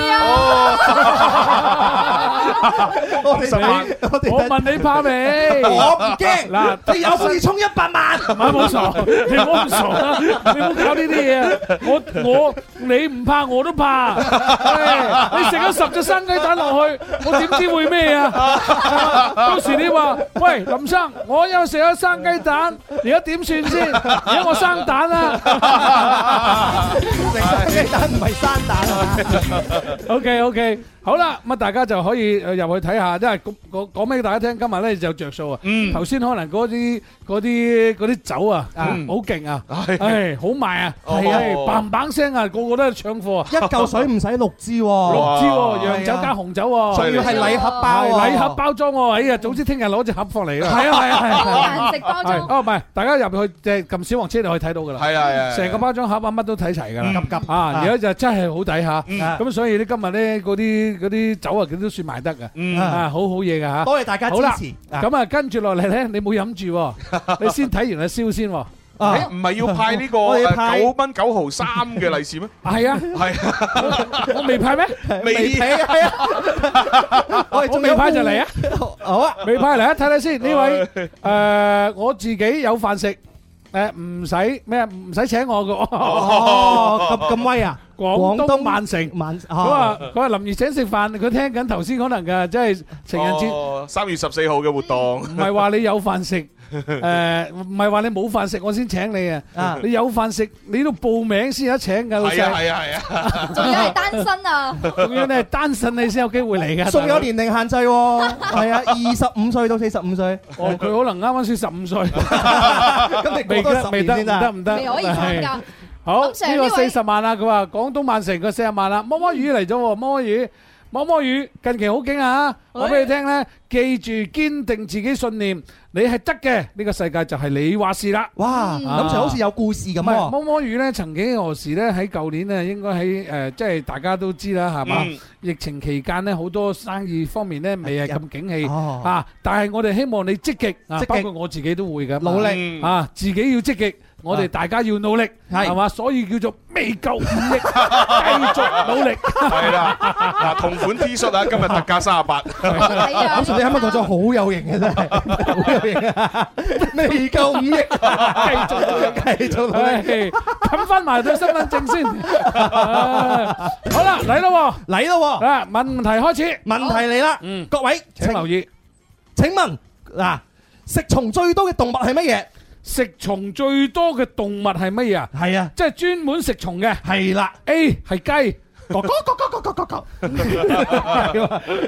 我哋
你
我哋
我問你怕未？
我唔驚
嗱，
你有本事衝一百萬，
唔係冇傻，你唔好咁傻啦，你唔好搞呢啲嘢啊！我我你唔怕我都怕，唉你食咗十隻生雞蛋落去，我點知會咩啊？到時你話喂林生，我又食咗生雞蛋，而家點算點先？而家我生蛋啦！O K O K，好啦，咁啊大家就可以呃入去睇下，因為咁講講俾大家聽，今日咧就着數啊。頭先可能嗰啲嗰啲嗰啲酒啊，好
嗯
勁啊，
係
唉，好賣啊，
哦
係啊，砰砰聲啊，個個都係搶貨啊，
一嚿水唔使六支喎，
六支喎，洋酒加紅酒喎，
仲要係禮盒包喎
係禮盒包裝喎，哎呀，早知聽日攞隻盒放嚟啦，
係啊係啊係啊
係啊
顏色包裝
係哦唔係，大家入去即係撳小黃車就可以睇到㗎啦，
係啊係啊係啊
成個包裝盒啊乜都睇齊㗎啦，
嗯急
啊，而家就真係好抵
嗯
嚇，咁所以咧今日咧嗰啲嗰啲酒啊，佢都算賣得
嗯
㗎，啊，好好嘢㗎嚇，
多謝大家支
好啦
持啊
咁啊，跟住落嚟咧，你冇飲住喎，你先睇完阿燒先喎。
誒唔係要派呢個
我哋
誒
派
九蚊九毫三嘅利是咩？
係啊，
係啊，
我未派咩？
未
係啊，
我
仲有
未派就嚟啊！
好啊，
未派嚟啊！睇睇先呢位誒，我自己有飯食誒，唔使咩唔使請我嘅。Ờ,
哦咁咁威
à?
啊！
廣
廣東
東曼城，
曼
佢話佢話林怡請食飯，佢聽緊頭先可能嘅，即係情人節。
哦，三月十四號嘅活動，唔
唔係話你有飯食，誒唔係話你冇飯食我先請你啊
啊！
你有飯食，你都報名先有得請㗎，老細。
係啊係啊係啊，
仲
dạ.
要係單身啊！
仲要你係單身你先有機會嚟㗎。
仲有年齡限 制喎，係啊，二十五歲到四十五歲。
哦，佢可能啱啱先十五歲，
咁你過多
未
十
得未
年先
得
得
唔得？
未可以
參加
係好，
咁上
呢
呢
個
位
四十萬啦，佢話廣東萬城個四十萬啦，摸摸魚嚟咗喎，摸摸魚。摸摸魚近期好勁啊！我俾你聽咧，記住堅定自己信念，你係得嘅，呢個世界就係你話事啦。
哇，
啊
諗上好似有故事咁
唔係
喎。
摸摸魚咧，曾幾何時咧喺舊年咧，應該喺誒，即係大家都知啦，係嘛
嗯？
疫情期間咧，好多生意方面咧未係咁景氣
哦
啊，但係我哋希望你積極啊
積，極
包括我自己都會嘅，
努力
啊，自己要積極，我哋
啊
大家要努力，
係
係嘛？所以叫做未夠五億， 繼續努力。
係啦，嗱同款 T 恤啊，今日特價三十八，
諗
啊
上你啱啱講咗好有型 嘅真係，好有型啊！未夠五億，繼續繼續努力。
唉冚翻埋對身份證先。唉好啦，嚟咯
喎，嚟咯
喎。啊，問題開始，
問題嚟啦，各位
請留意。
請問嗱，食蟲最多嘅動物係乜嘢？
食蟲最多嘅動物係乜嘢啊？
係啊，
即係專門食蟲嘅。
係啦
，A 係雞。哥哥哥哥哥哥哥，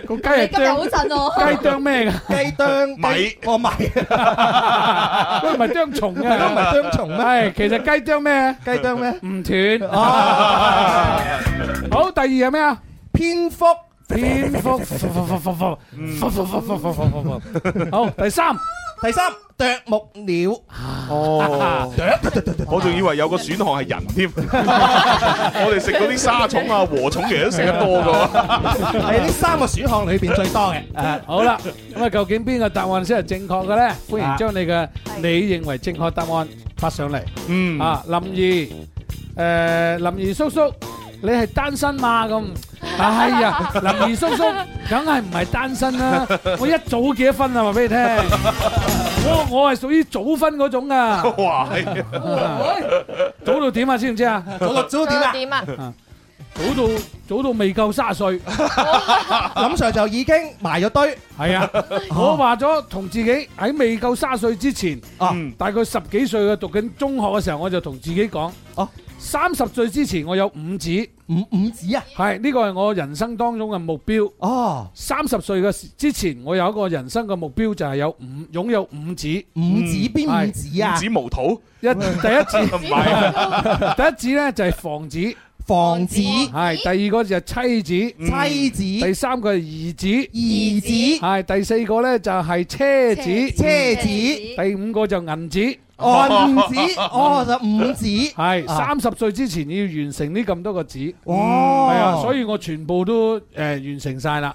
個雞係
你今日好震喎
雞啄咩㗎？
雞啄
米，
我米，
佢唔係啄蟲嘅，
都唔係啄蟲咩
係其實雞啄咩？
雞啄咩？
唔斷。好，第二係咩啊？
蝙蝠。
蝙蝠，好，第三，
第三，啄木鳥。
哦，我仲以為有個選項係人添，我哋食嗰啲沙蟲 啊、禾蟲其實都食得多噶。
係呢三個選項裏邊最 多嘅。
好啦，咁啊，究竟邊個答案先係正確嘅咧？歡迎將你嘅你認為正確答案發上嚟。嗯，啊，林怡，誒，林怡叔叔，你係單身嘛？咁，哎呀，林怡叔 叔，梗係唔係單身啦？我一早結咗婚啦，話 俾你聽。我我係屬於早婚嗰種啊。
哇，
早到點啊？知唔知啊？
早到早到點啊點啊
早到早到未夠卅歲。
林 Sir 就已經埋咗堆。
係啊，我話咗同自己喺未夠三歲之前，嗯大概十幾歲嘅讀緊中學嘅時候，我就同自己講，
哦，
三十歲之前我有五指，
五五指啊，
係呢個係我人生當中嘅目標。
哦，
三十歲嘅之前，我有一個人生嘅目標就係有五擁有五指，
五指邊五指啊？
係
指無土，
一第一指
唔係 啊
第一指咧就係房子，
房子
係第二個就係妻子，
妻子
第三個係兒子，
兒子
係第四個咧就係車子，嗯
車子
第五個就銀子，
哦銀子哦就五子
係
啊
三十歲之前要完成呢咁多個子，
哦
係啊，所以我全部都誒完成晒啦，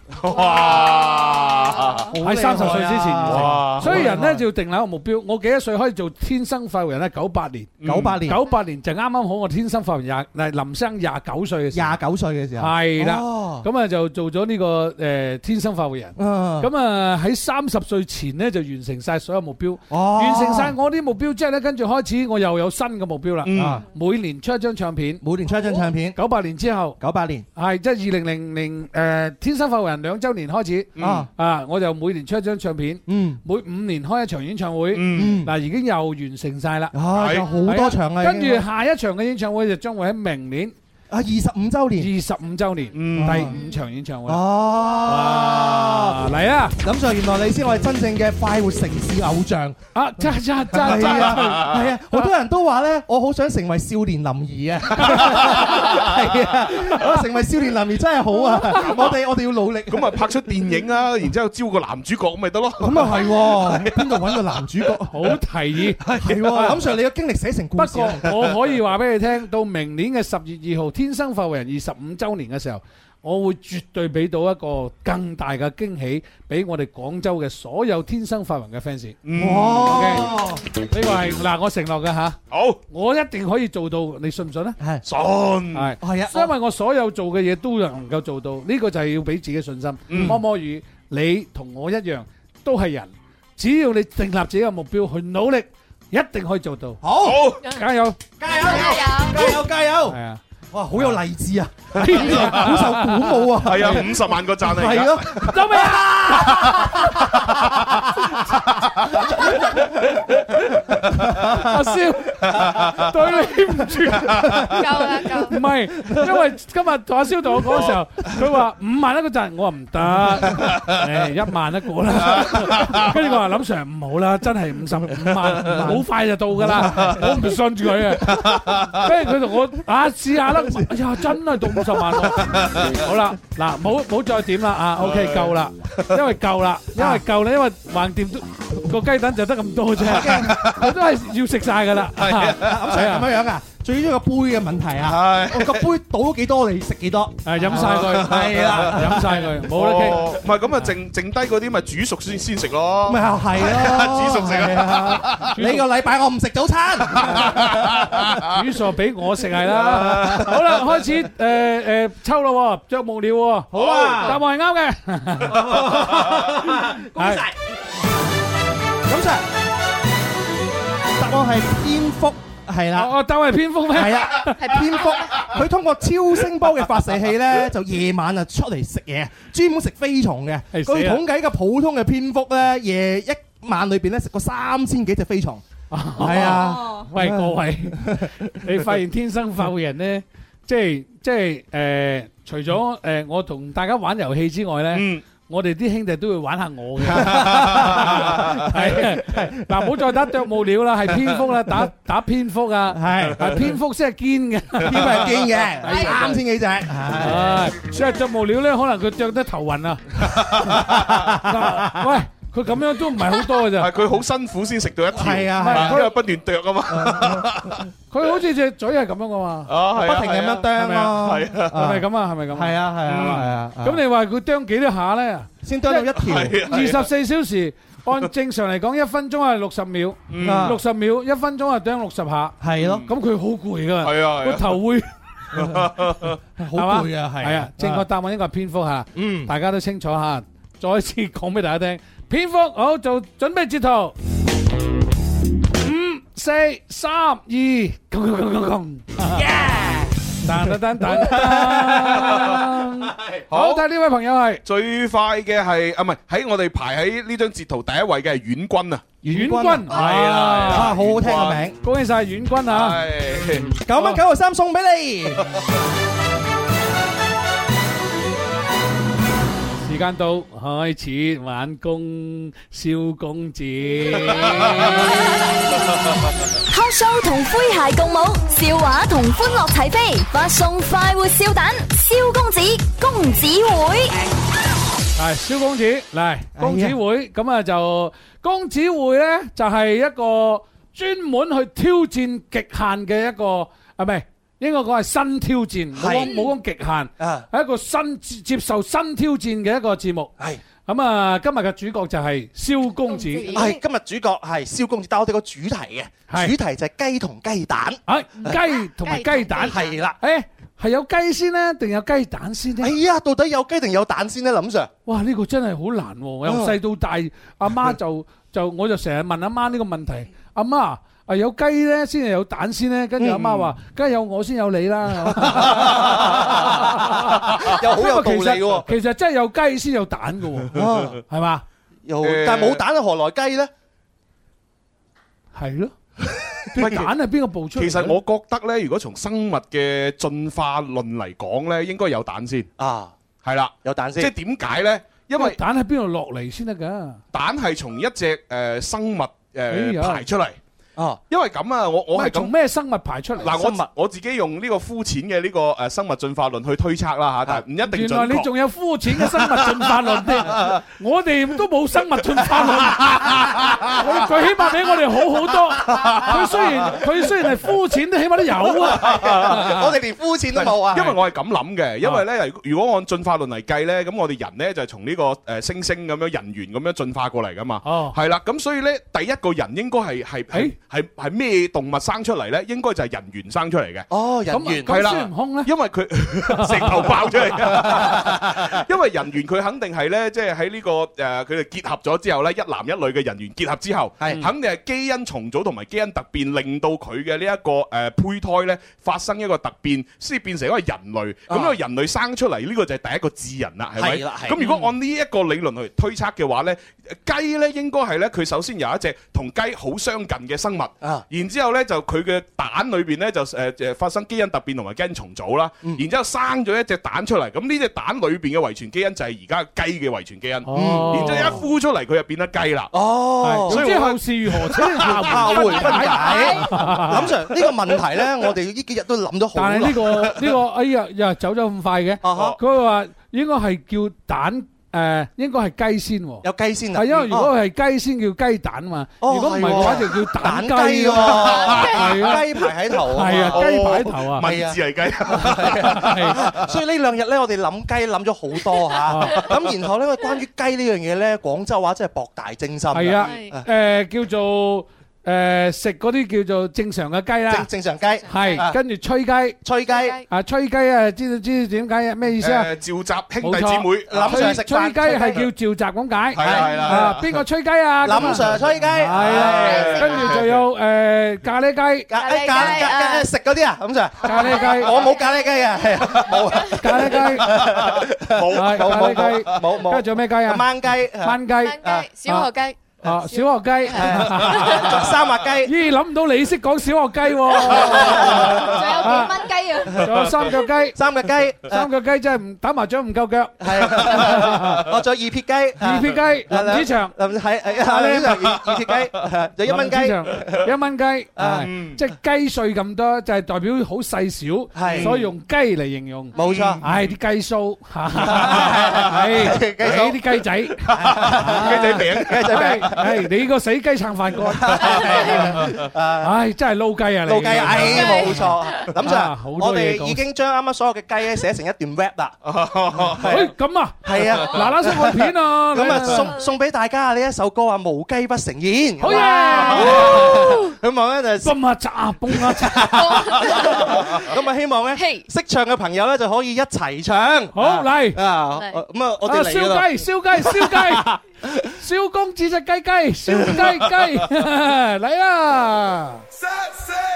哇！
喺三十歲之前完
哇
成，所以人咧就要定立一個目標。我幾多歲可以做天生快活人咧？九八年，
98年
九八年就啱啱好我天生快活人廿，誒林生廿九歲嘅時候，
廿九歲嘅時候
係啦
哦，
咁啊就做咗呢個誒天生快活人。
嗯
咁啊喺三十歲前咧就完成晒所有目標，
哦
完成晒我啲目標標之後咧，跟住開始我又有 新嘅目標啦。啊，每年出一張唱片，
嗯每年出一張唱片。
九八年之後，
九八年
係即係二零零零誒天生發福人兩週年開始
啊
啊，我就每年出一張唱片，
嗯，
每五年開一場演唱會，
嗯
嗱已經又完成晒啦，
啊有好多場啊
係跟住
已經
下一場嘅演唱會就將會喺明年。
啊！二十五周年，嗯
二十五周年，第五場演唱會。
哦，
嚟啦！
啊林 Sir，原來你先我係真正嘅快活城市偶像
啊！真真真
係啊，係啊！好多人都話咧，我好想成為少年林怡啊！係啊，我成為少年林怡真係好啊！我哋我哋要努力。
咁啊，拍出電影啦，然之後招個男主角咁咪得咯。
咁啊係喎，邊度揾個男主角？
好提議，
係喎，林 Sir 你嘅經歷寫成故
不
事
過
啊。
我可以話俾你聽，到明年嘅十月二號，天生發福人二十五週年嘅時候，我會絕對俾到一個更大嘅驚喜，俾我哋廣州嘅所有天生發人嘅 fans。
哇
OK，呢個係嗱，我承諾嘅吓。
好，
我一定可以做到，你信唔信咧？
係
信
係
係啊
因為我所有做嘅嘢都能夠做到，呢個就係要俾自己信心。摸摸魚，你同我一樣都係人，只要你定立自己嘅目標去努力，一定可以做到。
好，
加油！
加油加油！
係啊！
哇，好有勵志啊！好 受鼓舞啊！
係啊，五十萬個讚啊！
係咯，
救命啊！阿萧，對你唔住，
夠啦夠
唔係，因為今日同阿蕭同我講嘅時候，佢話五萬一個陣，我話 唔得，誒一萬一個啦。跟住我話林 Sir 唔好啦，真係五十五萬，好快就到噶啦，我唔信住佢啊。跟住佢同我啊試下啦，哎呀真係到五十萬喎。好啦，嗱，冇冇再點啦啊，OK 夠啦，因為夠啦，因為夠啦，因為橫掂都個雞蛋就得咁多啫，我都係要食晒噶啦。
係啊，咁就係咁樣樣啊。最緊要個杯嘅問題啊，我個杯倒咗幾多，你食幾多？啊
誒，啊飲晒佢，啊
係啦，
飲晒佢，冇得傾。
啊哦唔係咁啊，剩剩低嗰啲咪煮熟先先食咯。
咪又係咯，
煮熟食
係 啊
啊！
你個禮拜我唔食早餐，
煮傻俾我食係啦。好啦，開始誒誒抽咯，着無聊喎。好
啊
答案係啱嘅。
恭喜晒！咁 Sir，答案係蝙蝠。係啦，
我哦答係蝙蝠咩？
係啊，蝙蝠，佢通過超聲波嘅發射 器咧，就夜晚啊出嚟食嘢，專門食飛蟲嘅。
係死
據
啦
統計，個普通嘅蝙蝠咧，夜一晚裏邊咧食過三千幾隻飛蟲。係啊，
喂各 位，你發現天生發福人咧，即係即係誒，除咗誒我同大家玩遊戲之外
嗯
咧，我哋啲兄弟都會玩下我 嘅。係係嗱，唔好再打啄木鳥啦，係蝙 蝠啦，打打蝙蝠啊，
係
係蝙蝠先係堅嘅，啊
蝙蝠係 堅嘅，三千幾隻。
唉，所以啄木鳥咧，可能佢着得頭暈 啊。嗱喂，佢咁樣都唔係好多嘅咋。
佢好辛苦先食到一條，
係啊係啊
因為不斷啄啊嘛。
佢好似隻嘴係咁樣噶嘛，
啊係啊不停咁樣啄咯
係咪啊
係啊
係咪咁啊？係咪咁？
係啊係啊
嗯
係啊係啊
咁你話佢啄幾多下咧？
先啄到一條係啊
二
係啊
十四小時，按正常嚟講，一分鐘係六十秒，
嗯
六十秒一分鐘係啄六十下，
係咯
咁佢好攰噶，
係啊係啊
個頭會。
好攰啊係啊
係啊，正確答案應該係蝙蝠嚇，嗯，大家都清楚嚇。再一次講俾大家聽，蝙蝠好做準備截圖，五、四、三、二，咁咁咁咁咁，噔噔噔噔噔，好，睇下呢位朋友係
最快嘅係啊，唔係喺我哋排喺呢張截圖第一位嘅係遠君啊，
遠君
係啦，
啊好好聽個名，
恭喜晒遠君啊！
九蚊九毫三送俾你。
時間到，開始玩公蕭公子。
Talk show 同诙諧共舞，笑話同歡樂齊飛，發送快活笑蛋，蕭公子公子會。
係蕭公子嚟公子會咁啊就公子會咧就係一個專門去挑戰極限嘅一個啊唔係應該講係新挑戰，冇講
係
冇講極限，
À.
係一個新接接受新挑戰嘅一個節目。係咁啊，今日嘅主角就係蕭公子。
係今日主角係蕭公子，但我哋個主題嘅主題就係雞同雞蛋。
啊，雞同埋雞蛋
係啦。
誒，係有雞先咧，定有雞蛋先咧？
哎呀，到底有雞定有蛋先咧，林 Sir？
哇！呢個真係好難喎，由細到大，阿媽就就我就成日問阿媽呢個問題。阿媽，啊有雞咧先係有蛋先咧，跟住阿
嗯
媽話，梗係有我先有你啦。
又好有道理
因為其實
喎。
其實真係有雞先有蛋嘅喎
啊，
係嘛？
又但係冇蛋何來雞咧？
係 咯，啲蛋係邊個爆出嚟嘅
其
咧？
實我覺得咧，如果從生物嘅進化論嚟講咧，應該有蛋先
啊，
係啦，
有蛋
先。即係點解咧？因為
蛋喺邊度落嚟先得㗎？
蛋係從一隻誒、呃生物誒、呃
哎呀
排出嚟。
啊，
因為咁啊，我我
唔
係
係
咁
從。咩生物排出嚟？
嗱，我我自己用呢個膚淺嘅呢個誒生物進化論去推測啦嚇，但係唔一定準確。
原來你 仲有 膚淺嘅生物進化論添，我哋都冇生物進化 論，佢佢起碼比我哋好好多。佢雖然佢雖然係膚淺，都起碼都有啊。
我哋連膚淺都冇啊
因為我係咁諗嘅，因為咧，如果按進化論嚟計咧，咁我哋人咧就係從呢個誒猩猩咁樣人猿咁樣進化過嚟噶嘛。
哦，
係啦，咁所以咧，第一個人應該係係係係係咩動物生出嚟咧？應該就係人猿生出嚟嘅。
哦，
人猿咁
係啦，
孫悟空咧，
因 為佢石頭爆出嚟， 因為人猿佢肯定係咧，即係喺呢個呃誒佢哋結合咗之後咧，一男一女嘅人猿結合之後，肯定係基因重組同埋基因突變，令到佢嘅呢一個誒胚胎咧發生一個突變，先變成一個人類。咁呢個人類生出嚟呢個就係第一個智人啦，係咪？
係啦係
咁
嗯
如果按呢一個理論去推測嘅話咧，雞咧應該係咧佢首先有一隻同雞好相近嘅生物，
啊
然之後咧就佢嘅蛋裏邊咧就誒誒發生基因突變同埋基因重組啦，
嗯
然之後生咗一隻蛋出嚟，咁呢隻蛋裏邊嘅遺傳基因就係而家嘅雞嘅遺傳基因，然之
哦
後一孵出嚟佢就變得雞啦。
哦
總
所以
之
我
後事如何，請
下
下
回
回
分
分
解
解。
林 Sir 呢個問 題咧，我哋呢幾日都諗咗好
但
耐。
係呢 個呢個，哎呀又走咗咁快嘅，佢話應該係叫蛋。誒應該係雞先喎，
有雞先啊
係因為如果係雞先叫雞蛋嘛，
哦
如果唔係嘅話
係喎
就叫蛋雞
蛋雞喎
係啊，
雞排喺頭啊
係啊，
哦
雞排喺頭啊，
文字嚟計。
所以呢兩日咧，我哋諗雞諗咗好 多嚇。咁然後咧，關於雞呢樣嘢咧，廣州話真係博大精深㗎。
係啊，
啊
誒叫做誒食嗰啲叫做正常嘅雞啦，
正常雞
係跟住吹雞，
吹雞
啊吹雞啊，知道知道點解咩意思啊？
誒召集兄
冇
弟姊
錯
妹，
林 Sir 食飯吹雞係叫召集咁解，
係啦係啦
啊邊個吹雞啊？
林
咁啊
Sir 吹雞
係啦，跟住就有誒咖喱雞，
咖喱咖咖食嗰啲啊，咁 Sir。
咖喱雞
我冇咖喱雞嘅，係啊冇啊
咖喱雞，
冇
係
冇冇
咖喱雞
冇冇，
跟住仲有咩雞啊
掹雞，
燜雞
啊
小學雞。
啊小 學雞，
三滑雞，
咦諗唔到你識講小學雞喎，啊
仲有幾蚊雞啊？
仲有三腳雞，
三腳雞，
三腳雞真係唔打麻將唔夠腳，
係 我仲有二撇雞，
二撇雞
啊
林子祥
林係係啊林子祥二二 撇雞，係有一蚊雞
林子祥，一蚊雞，
啊
啊即係雞碎咁多，就係代表好細
係
小，所以用雞嚟形容。
冇錯
唉，啲雞 酥，係
雞酥
唉啲雞 仔， 雞
啊
仔餅
雞仔餅
係你個死雞撐飯乾，唉，真係撈雞啊你！
老雞，哎冇錯，
啊
林 Sir，
好
我
多嘢
哋
講
已經將啱啱所有嘅雞咧寫成一段 rap 啦。
喂咁啊，
係啊，
嗱嗱聲看片啊，
咁啊
你
送送俾大家啊呢一首歌啊，無雞不成宴。
好嘢
咁望咧就
蹦下扎，蹦下扎。
咁啊希望咧識唱嘅朋友咧就可以一齊唱。
好嚟
啊！咁啊，我哋嚟㗎啦
啊燒雞，燒雞，燒雞，燒公子只雞雞，燒雞 雞，嚟啦！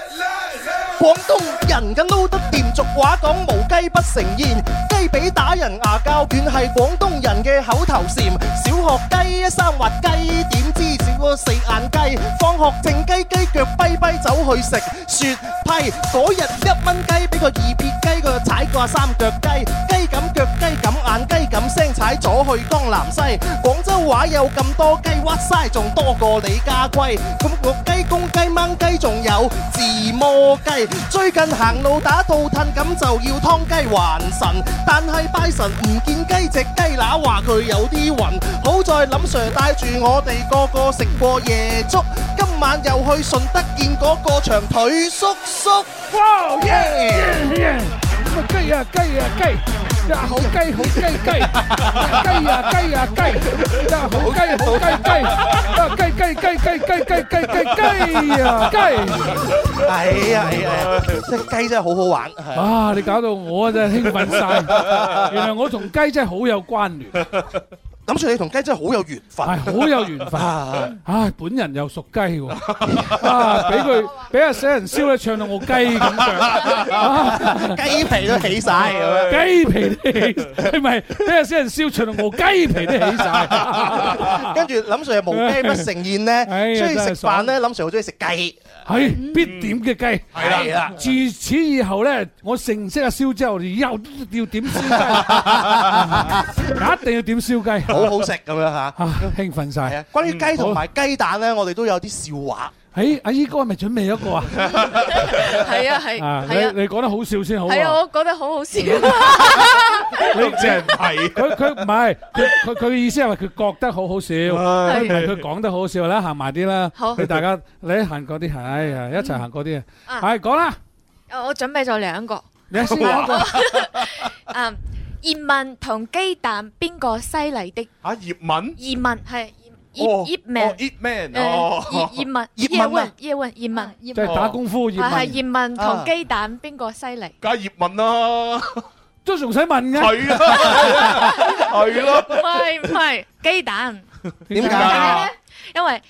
廣東人嘅撈得掂，俗話講無雞不成宴，雞髀打人牙膠卷係廣東人嘅口頭禪。小學雞三滑雞，點知少咗四眼雞？放學靜雞雞腳跛跛走去食雪批，嗰日一蚊雞俾個二撇雞，佢就踩過三腳雞，雞咁腳雞咁眼雞咁聲踩咗去江南西。廣州話有咁多雞，屈晒仲多過李家龜。咁我雞公雞掹雞仲有自摸雞，最近行路打倒褪咁就要劏雞還神，但係拜神唔見雞只雞乸話佢有啲暈，好在林 Sir 帶住我哋個個食過夜粥，今晚又去順德見嗰個長腿叔叔，
哇耶！咁啊雞啊雞啊雞，
Dạ,
呀好雞好雞雞，雞啊雞啊雞，呀
Dạ,
好雞好雞雞，呀雞雞雞雞雞雞雞雞雞啊雞！
哎呀哎呀，即係雞真係好好玩，
啊！你搞到我真係興奮晒，原來我同雞真係好有關聯。
林 Sir 你同雞真係好有緣分，
係好有緣分。唉，本人又屬雞喎，啊，俾佢俾阿死人燒咧唱到我雞咁 唱，
雞皮都起晒
Ờ.
咁樣
雞皮都起，係咪？俾阿死人燒唱到我雞皮都起晒。
跟住林 Sir 係無雞不成 宴咧，中意食飯咧，林 Sir 好中意食雞。
係必點嘅雞，
係啦
自此以後咧，我認識阿燒之後，以後都要點燒雞，一定要點燒雞，
好好食咁樣嚇，
興奮晒。
關於
Ừ,
雞同埋雞蛋咧，我哋都有啲笑話。
誒，阿姨哥係咪準備一個啊？
係啊係
啊，
係啊
你你講得好笑先好
係啊，
啊！
我覺得好好笑。
你即係係佢佢唔係佢佢佢嘅意思係話佢覺得好好笑，佢唔係佢講得好好笑啦，行埋啲啦
好，
你大家你行過啲係係一齊行過啲啊，
啊
係講啦，
我準備咗兩個。
你先講一個。
嗯，葉問同雞蛋邊個犀利啲？
啊，葉問，
葉問係葉葉問
哦哦，Ip Man，
誒葉
哦，
葉問葉
葉問
問
啊，
葉問葉問，即
即係打功夫葉問
係葉問同雞蛋邊個犀利？
梗係葉問 啦，
都仲使問嘅，
係啊，係
唔
咯，
係唔係雞蛋，
點解啊？
因為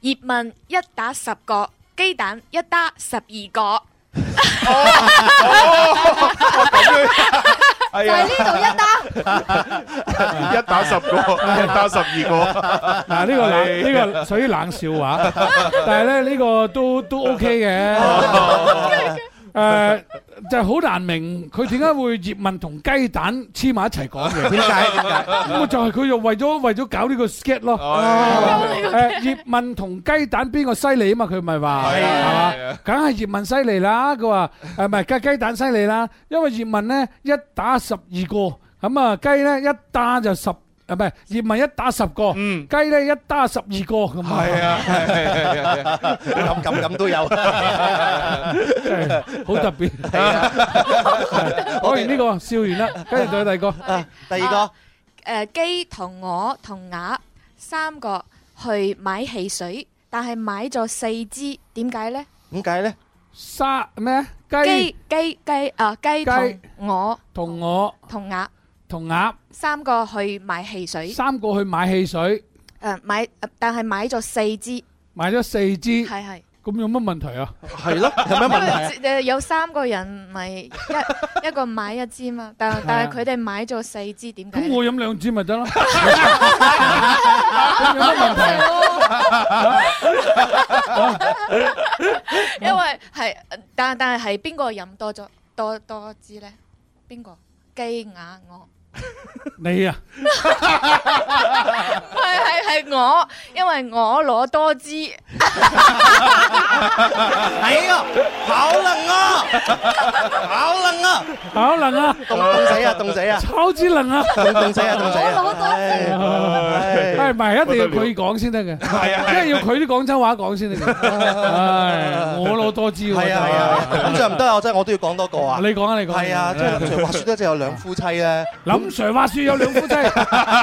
葉問一打十個，雞蛋一打十二個。
係
就係呢度一單。
一打十個，一打十二個。
嗱呢個冷
係
呢個屬於冷笑話，但係咧呢個都都 OK 嘅。
哦
誒，就係好難明佢點解會葉問同雞蛋黐埋一齊講 嘅？
點解點解
咁啊就係佢就為咗為咗搞呢個 sketch 咯。
哦
誒，葉問同雞蛋邊個犀利啊嘛？佢咪話
係啊
係嘛
係啊？
梗係葉問犀利啦。佢話誒唔係雞雞蛋犀利啦，因為葉問咧一打十二個，咁啊雞咧一打就十。啊，唔係葉問一打十個，雞咧一打十二個咁啊！
嗯係 啊係係係係
咁
係
咁咁都有，好
特
特
別。
係啊，
講完呢個笑完啦，跟住再第 二個，
第二個。
誒雞同鵝同鴨三個去買汽水，但係買咗四支，點解呢？
點解咧？
沙咩雞
雞雞雞啊雞
雞
同鵝
同我
同鴨
同鴨
三個去買汽水，
三個去買汽水，
誒買呃但係買咗四支，
買咗四支，
係係。
咁有乜問題啊？
係咯，有
因 為誒有三個人咪一一個買一支嘛，
啊
但但係佢哋買咗四支，點解呢？
咁我飲兩支咪得咯，咁有乜問題啊？
因為係但但係係邊個飲多咗多多支呢？邊個雞鴨鵝？
你啊，
係係係我，因為我攞多支，
係啊，好能啊，好能啊，
好能啊，
凍凍死啊，凍死啊，
超之能啊，
凍凍死啊，凍死啊，
係唔係一定要佢講先得嘅？係啊，因為要佢啲廣州話講先得嘅。唉，我攞多支喎。
係啊係啊，咁就唔得啊！我真係我都要講多個啊！
你講啊你講啊
係啊，即係林 Sir 話説咧，就有兩夫妻咧。
林 Sir 話説有兩 夫妻，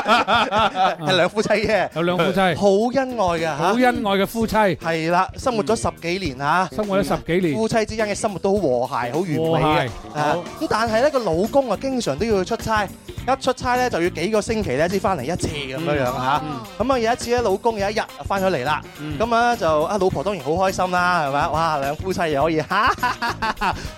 係兩夫妻啫，
有兩夫妻
好恩愛嘅
好恩愛嘅夫妻。
係啦，生活咗十幾年嚇，
生活咗十幾年
夫妻之間嘅生活都好和諧，好完美
和
嘅
諧。
啊
好
咁但係咧，個老公啊，經常都要去出差，一出差咧就要幾個星期咧先翻嚟一次咁樣樣嚇。咁啊有一次咧，老公有一日翻咗嚟啦，咁啊就啊老婆當然好開心啦，係咪？哇，兩夫妻又可以嚇。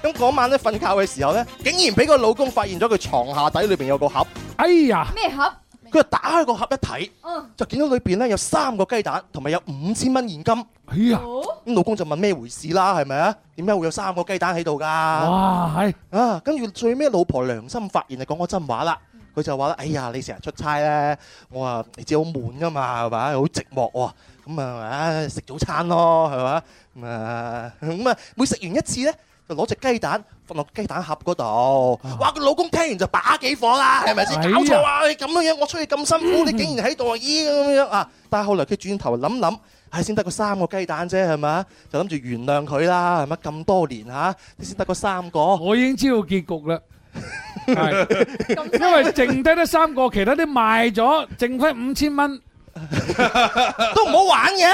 咁嗰晚咧瞓覺嘅時候咧，竟然俾個老公發現咗佢床下底裏邊有個盒。
哎呀！
咩盒？
佢就打開個盒一睇
嗯，
就見到裏邊咧有三個雞蛋，同埋有五千蚊現金。
哎呀！
咁老公就問咩回事啦，係咪啊？點解會有三個雞蛋喺度㗎？
哇！係
啊，跟住最尾老婆良心發現就講個真話啦。佢就話啦：哎呀，你成日出差咧，我話你知好悶㗎嘛，係嘛？好寂寞喎。咁啊，唉食早餐咯，係嘛？咁啊，咁啊，每食完一次咧，就攞隻雞蛋放落雞蛋盒嗰度。哇！佢老公聽完就把幾火啦，係咪先？
哎呀
搞錯啊！你咁樣樣，我出去咁辛
嗯
苦，你竟然喺度啊！咦咁樣啊！但係後來佢轉頭諗諗，唉，先得個三個雞蛋啫，係咪啊？就諗住原諒佢啦，係咪？咁多年嚇，你先得個三個。
我已經知道結局啦。係，因為剩低得三個，其他啲賣咗，剩翻五千蚊。
都唔好 玩嘅。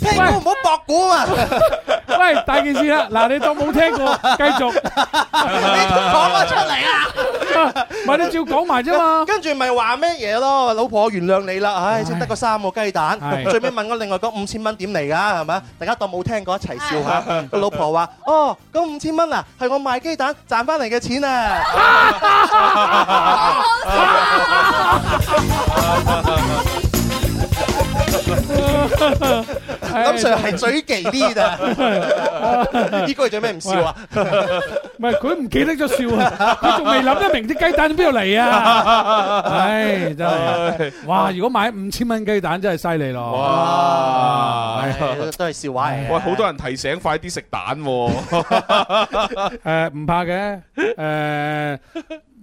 聽歌唔好博估啊！
喂，大件事啦！嗱，你當冇聽過，繼續。你
講咗出嚟啊！
咪你照講埋啫嘛。
跟住咪話咩嘢咯？老婆，我原諒你啦，唉，即係得個三個雞蛋
係，
最尾問我另外嗰五千蚊點嚟㗎？係咪？大家當冇聽過一齊 笑下。個老婆話：哦，嗰五千蚊啊，係我賣雞蛋賺翻嚟 嘅錢啊！林 Sir 係嘴忌啲 㗎，呢句做咩唔笑啊？
唔係，佢唔記得咗笑啊，佢仲未諗得明啲雞蛋邊度嚟啊。唉，真係。哇，如果買5000蚊雞蛋真係犀利咯。啊
都係笑話嚟。喂，好多人提醒快啲食蛋 喎。
誒，唔怕嘅，誒，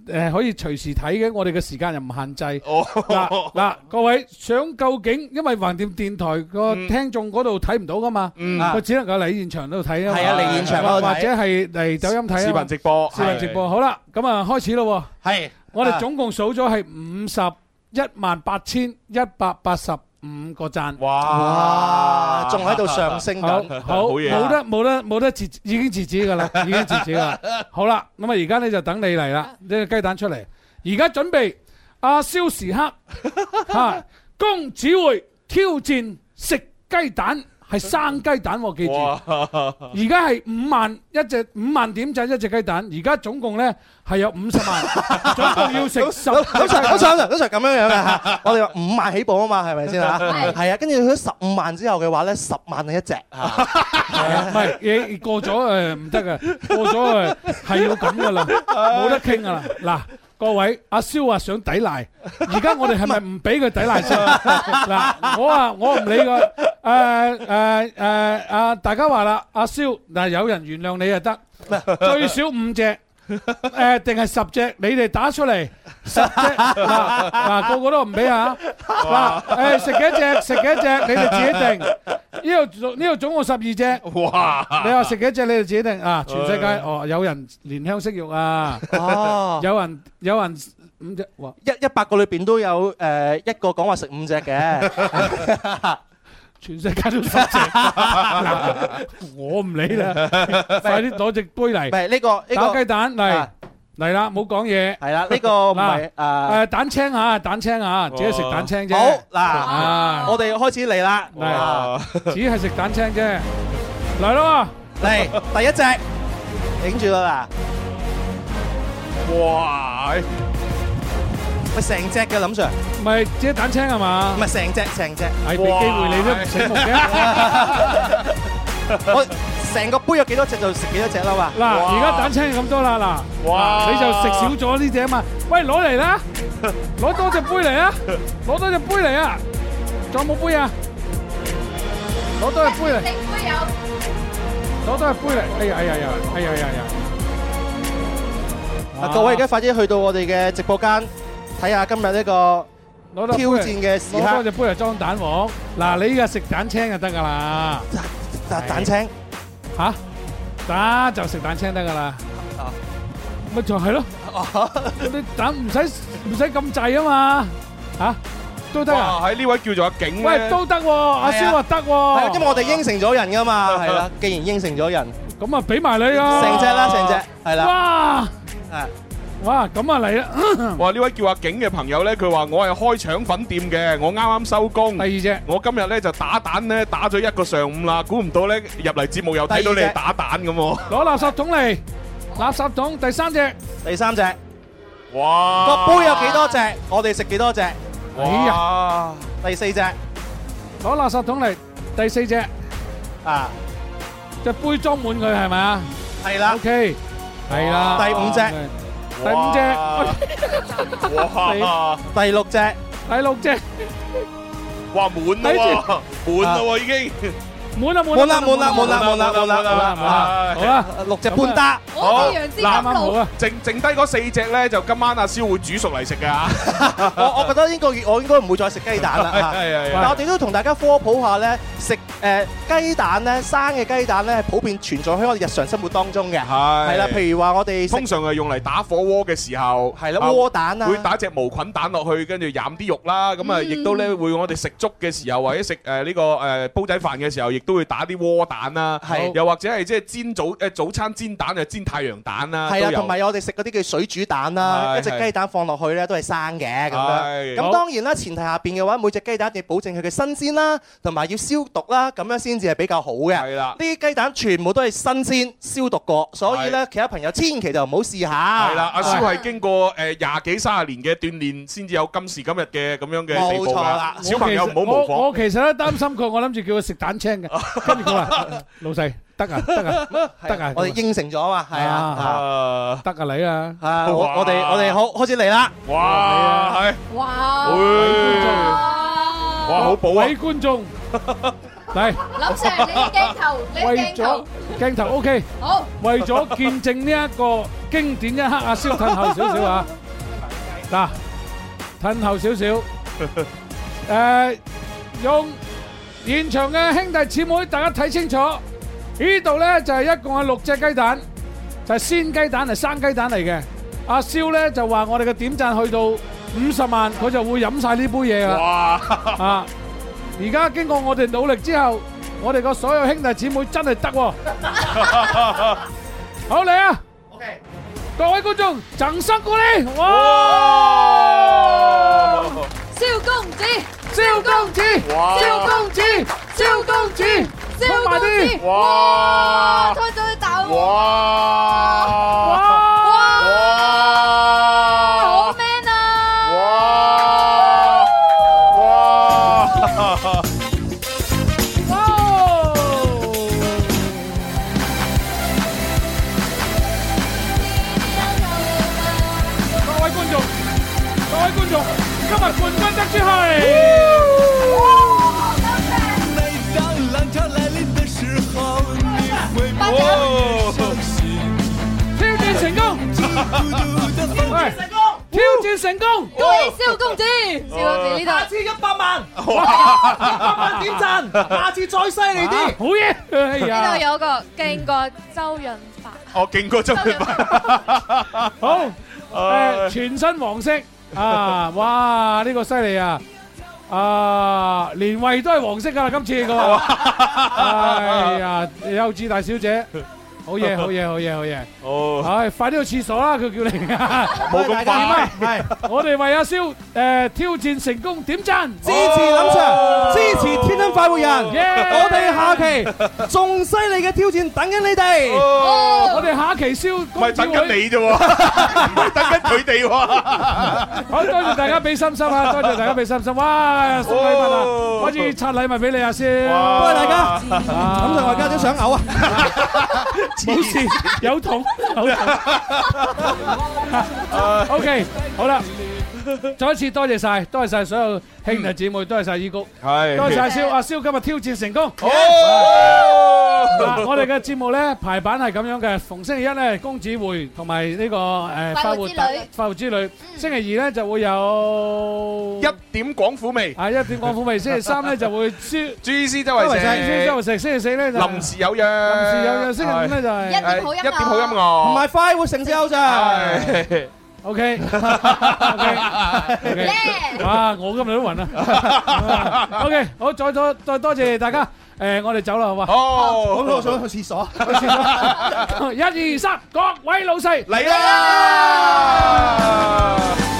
誒，可以隨時睇嘅，我哋嘅時間又唔限制。
哦
嗱-嗱，各位，想究竟，因為橫掂電台個
嗯
聽眾嗰度睇唔到㗎嘛，佢只能夠嚟現場嗰度睇啊嘛。
係啊，嚟現場嗰度睇。
或者係嚟抖音睇啊嘛。
視頻直播，
視頻直播，
係。
好啦，咁啊，開始咯喎。我哋
啊。
總共數咗係51,185個讚。
哇，仲喺度上升緊，
好，冇得冇得冇得截，已經截止㗎啦，已經截止㗎啦。好啦，咁啊而家咧就等你嚟啦，呢個雞蛋出嚟，而家準備阿蕭時 刻嚇，公子會挑戰食雞蛋，係生雞蛋喎，記住。而家係五萬一隻，五萬點就係一隻雞蛋，而家總共咧係有五十 萬，總共要食十。
通常通常通常咁樣樣嘅嚇，我哋話五萬起步啊嘛，係咪先嚇？
係
係啊，跟住去到十五萬之後嘅話咧，十萬係一隻嚇。
唔係，你過咗誒唔得嘅，過咗誒係要咁噶啦，冇得傾噶啦。嗱，各位，阿蕭話想抵賴，而家我哋係咪唔俾佢抵賴先？嗱，我啊，我唔理佢。誒誒誒啊！大家話啦，阿蕭嗱，有人原諒你就得，最少五隻。誒，定係十隻，你哋打出嚟十隻，嗱嗱個個都唔俾啊！嗱，誒食幾隻，食幾隻，你哋自己定。 呢度總呢度總共十二隻，
哇！
你話食幾隻，你哋自己定啊！全世界
唉
哦，有人憐香惜玉啊，
哦
有人有人五隻， 哇！
一一百個裏邊都有誒一個講話食五隻嘅，
全世界都十 隻。嗱我唔理啦，快啲攞只杯嚟，
唔係呢個呢個
打雞蛋嚟嚟啦，冇講嘢。
係啦，呢個唔係
嗱誒蛋青啊，蛋青啊，只係食蛋青啫。
好
啊
嗱，我哋開始嚟啦。
嚟，只係食蛋青啫。嚟咯，
嚟第一隻，影住啦
嗱。哇！
喂，成隻嘅林 Sir，
唔係只係蛋青係嘛？
唔係成隻成隻。
係俾機會你都唔醒目嘅。
我成個杯有幾多隻就食幾多隻啦嘛。
嗱，而家蛋青係咁多啦，嗱，
哇
你就食少咗呢只啊嘛。喂，攞嚟啦，攞多隻杯嚟啊，攞多隻杯嚟啊，仲有冇杯啊？攞多隻杯嚟，攞多隻杯嚟。哎呀哎呀哎呀，哎呀哎呀哎呀！
啊各位而家快啲去到我哋嘅直播間睇下今日呢個
攞多隻杯
挑
嚟
戰嘅時
攞多
刻。
隻杯嚟裝蛋黃。嗱，你依家食蛋青就得㗎啦。
蛋蛋青
吓，打就食蛋青得㗎啦。咪就係咯，你蛋唔使唔使咁滯啊嘛，吓都得啊。
哇！喺呢位叫做阿景
喂，都得喎，阿蕭話得
係啊
喎，
因為我哋應承咗人 㗎嘛，係啦，既然應承咗人，
咁啊俾埋你啊，
成隻啦，成隻，係啦，
哇，
啊，
哇，咁啊嚟啦，
哇！呢位叫阿景嘅朋友咧，佢話我係開腸粉店嘅，我啱啱收工。第
二隻，
我今日咧就打蛋咧打咗一個上午啦，估唔到咧入嚟節目又睇到你
第二
哋
隻
打蛋咁喎。
攞垃圾桶嚟，垃圾桶第三隻，
第三隻，
哇！
個杯有幾多隻，我哋食幾多隻，
哎呀，
啊，
第四隻，
攞垃圾桶嚟，第四隻，
啊，
隻杯裝滿佢係咪啊？
係啦
，OK，係啦，
第五隻
第五隻，
哇！
第六隻，
第六隻，
哇滿啦喎，滿啦喎已經。
滿啦
滿啦滿啦滿啦滿啦滿啦滿啦，啊
好啦，
六隻半打，
好
啱啱好
啊，
剩剩低嗰四隻咧，就今晚阿蕭會煮熟嚟食 㗎。
我我覺得呢個月我應該唔會再食雞蛋 啦。
係
啊
係係
但我哋都同大家科普下咧，食誒雞蛋咧，生嘅雞蛋咧，係普遍存在喺我哋日常生活當中嘅。係啦，譬如話我哋食
通常係用嚟打火鍋嘅時候，係
啦窩蛋啊
會打隻無菌蛋落去，跟住飲啲肉啦。咁啊，
嗯
呃亦都咧會我哋食粥嘅時候，或者食誒呢個誒煲仔飯嘅時候，亦都會打啲窩蛋啦
係，
又或者係即係煎早誒早餐煎蛋就煎太陽蛋啦，
係啊，
都有
同埋我哋食嗰啲叫水煮蛋啦，
係
一隻雞蛋放落去咧都係生嘅咁
係
樣。
好
咁當然啦，前提下邊嘅話，每隻雞蛋一定要保證佢嘅新鮮啦，同埋要消毒啦，咁樣先至係比較好嘅。係
啦，
呢啲雞蛋全部都係新鮮消毒過，所以咧，其他朋友千祈就唔好試下。
係啦，阿蕭係經過誒廿幾三十年嘅鍛煉，先至有今時今日嘅咁樣嘅地步
冇錯
㗎
啦。
小朋友唔好模
我我
仿。
其實咧擔心佢，我諗住叫佢食蛋 青嘅，跟住佢話老細得啊得啊得啊，
我哋應承咗啊嘛，係啊。
啊，
得啊你啊，
啊，我我哋我哋好開始嚟啦。
哇，係。
哇！
哇，好補啊！
俾 觀眾嚟，
林 Sir，你嘅鏡頭，你嘅
為
鏡
咗
頭，
鏡頭 OK，
好。
為咗見證呢一個經典一刻，阿蕭褪後少少啊，嗱，褪後少少，誒，用現場嘅兄弟姊妹大家睇清楚，呢度咧就係一共有六隻雞蛋，就係鮮雞蛋係生雞蛋嚟嘅，阿蕭咧就話我哋嘅點贊去到五十萬，佢就會飲晒呢杯嘢噶，啊！而家經過我哋努力之後，我哋個所有兄弟姊妹真係得喎。好嚟啊各位觀眾，掌聲鼓勵！哇！
蕭公子，
蕭公子，
哇
蕭公子，蕭公子，
蕭
埋
公
啲
子，哇！推咗佢打我，哇！好 man 啊！
哇！
各位觀眾，各位觀眾，今日冠軍得主係。
每当浪潮来临的时候，你会不
哦
相信。
挑戰成功，喂，挑戰成功，
恭喜蕭公子，蕭公子呢度，
下次一百萬，
哇
百萬點贊，下次再犀利啲。
啊好嘢！哎
呢度
呀，
有個勁過周潤發，
我勁過周潤
發，好，誒， 全身黃色啊，哇，呢個犀利啊！啊，連胃都係黃色噶啦，今次 個，哎呀，幼稚大小姐，好 嘢，好嘢，好嘢，好嘢，
哦，
唉，快啲去廁所啦，佢叫你， 冇
咁快，
係，我哋為阿蕭誒挑戰成功點贊，
支持林 Sir，支持天生快活人，
Yeah
我哋下期仲犀利嘅挑戰等緊你哋。
哦我哋下一期蕭公子會，好多謝大家俾心心啊！多謝大家 俾心心，哇！送禮物啊！我要拆禮物俾你啊先，
多謝大家，
咁
就我家姐想嘔啊！
冇事，有痛有痛。OK，好啦，再一次多謝晒，多謝晒所有兄弟姊妹，多謝晒依谷，
係
多謝晒蕭阿蕭今日挑戰成功。好，嗱我哋嘅節目咧排版係咁樣嘅，逢星期一咧公子會同埋呢個誒
快活之旅
快活之旅，星期二咧就會有
一點廣府味
啊一點廣府味，星期三 咧就會朱
GEC 周圍食
朱周圍食，星期四咧就
臨時有約，
臨時有約，星期五咧就係
係一點好音樂，
唔係快活城之優咋。
係
OK。啊！我今日都暈啊！OK，好，再多再多謝大家，誒，我哋走啦，好嘛？
好
好我想去廁所。
一二三，各位老細
嚟啦！